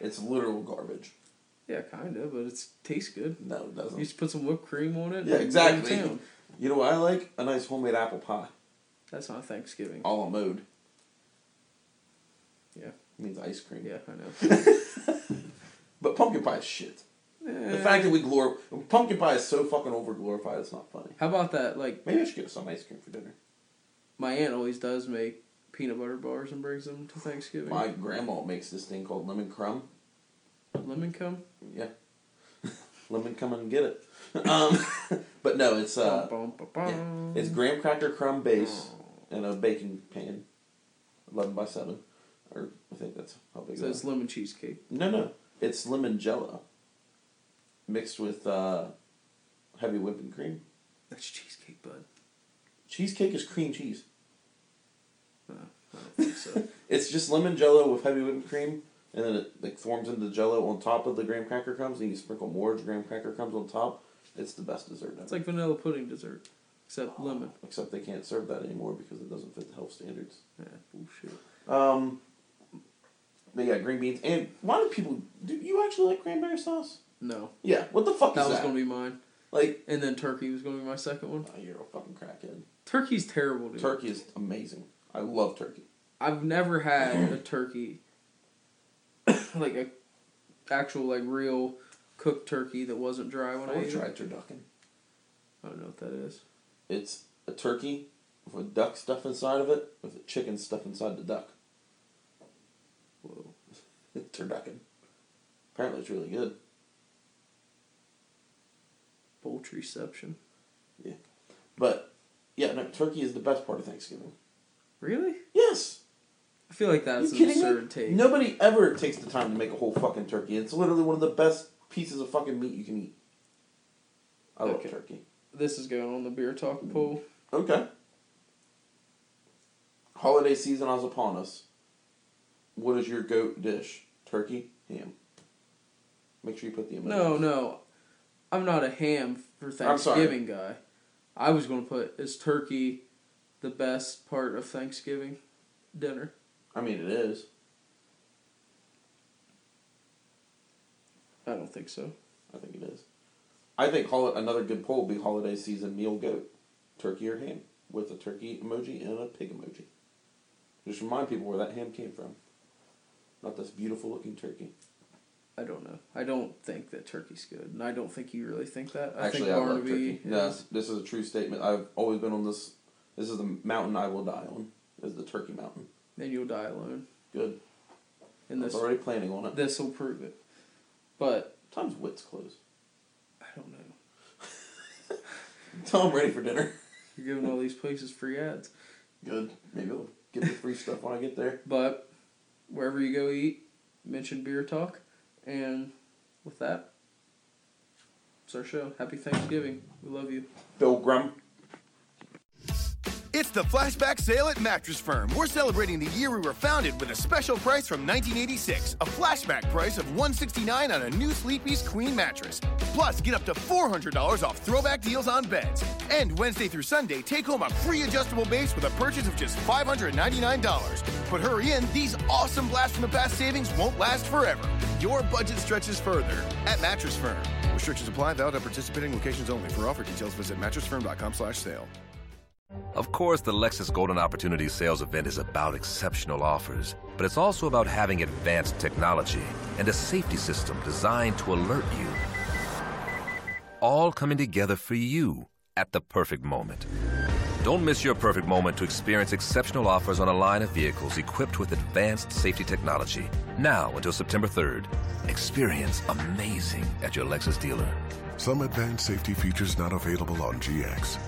It's literal garbage.
yeah, kind of, but it tastes good.
No, it
You
doesn't.
just put some whipped cream on it.
Yeah,
and go to
exactly.
town.
You know what I like? A nice homemade apple pie,
That's not Thanksgiving.
a la mode.
Yeah.
means ice cream.
Yeah, I know.
But pumpkin pie is shit. The fact that we glor pumpkin pie is so fucking over glorified, it's not funny.
How about that? Like
Maybe I should get some ice cream for dinner.
my aunt always does make peanut butter bars and brings them to Thanksgiving.
My grandma makes this thing called lemon crumb.
Lemon cum.
Yeah. lemon come and get it. Um, but no, it's uh,
Bum, bum, bum,
yeah.
bum.
it's graham cracker crumb base and a baking pan, eleven by seven, or I think that's how big.
So
it
it's
is.
lemon cheesecake.
No, no, it's lemon jello mixed with uh, heavy whipping cream.
That's cheesecake, bud.
Cheesecake is cream cheese.
I don't think so.
It's just lemon jello with heavy whipping cream, and then it like forms into jello on top of the graham cracker crumbs, and you sprinkle more graham cracker crumbs on top. It's the best dessert ever.
it's like vanilla pudding dessert, except lemon.
Except they can't serve that anymore because it doesn't fit the health standards.
Yeah, bullshit.
Um, they got green beans, and why do people? Do you actually like cranberry sauce?
No,
Yeah. What the fuck
that
is
was
that?
gonna be mine,
like,
and then turkey was gonna be my second one.
oh, you're a fucking crackhead.
Turkey's terrible, dude.
Turkey is amazing. I love turkey.
I've never had a turkey, like a actual like real cooked turkey that wasn't dry when
I
I
want
ate
to
it.
try turducken.
I don't know what that is.
It's a turkey with duck stuff inside of it, with a chicken stuff inside the duck.
Whoa.
turducken. Apparently, it's really good.
Poultryception.
But yeah, no, turkey is the best part of Thanksgiving.
Really?
Yes.
I feel like
you
that's an
kidding
absurd
me?
take.
Nobody ever takes the time to make a whole fucking turkey. It's literally one of the best pieces of fucking meat you can eat. I
Okay.
love turkey.
This is going on the beer talk pool.
Okay. Holiday season is upon us. What is your goat dish? Turkey, ham. Make sure you put the emojis.
No, no. I'm not a ham for
I'm sorry.
Thanksgiving guy. I was going to put, is turkey the best part of Thanksgiving dinner?
I mean it is.
I don't think so.
I think it is. I think hol- another good poll would be holiday season meal goat, turkey or ham, with a turkey emoji and a pig emoji. Just remind people where that ham came from. Not this beautiful looking turkey.
I don't know. I don't think that turkey's good, and I don't think you really think that. I
Actually,
think
I love
Barnaby
turkey. No,
is-
this is a true statement. I've always been on this. This is the mountain I will die on. Is the turkey mountain.
and you'll die alone.
Good.
And
I was
this
already planning on it.
this will prove it. But
Tom's wits close.
I don't know.
Tom, ready for dinner?
You're giving all these places free ads,
Good. Maybe I'll give me free stuff when I get there.
but wherever you go eat, mention beer talk, and with that, it's our show. Happy Thanksgiving. We love you.
Bill Grum.
It's the flashback sale at Mattress Firm. We're celebrating the year we were founded with a special price from 1986, a flashback price of 169 on a new Sleepy's Queen mattress. Plus, get up to $400 off throwback deals on beds. And Wednesday through Sunday, take home a free adjustable base with a purchase of just $599. But hurry in, these awesome blast from the past savings won't last forever. Your budget stretches further at Mattress Firm. Restrictions apply, valid at participating locations only. For offer details, visit mattressfirm.com slash sale.
Of course, the Lexus Golden Opportunity Sales Event is about exceptional offers, but it's also about having advanced technology and a safety system designed to alert you. All coming together for you at the perfect moment. Don't miss your perfect moment to experience exceptional offers on a line of vehicles equipped with advanced safety technology. Now until September 3rd, experience amazing at your Lexus dealer.
Some advanced safety features not available on GX.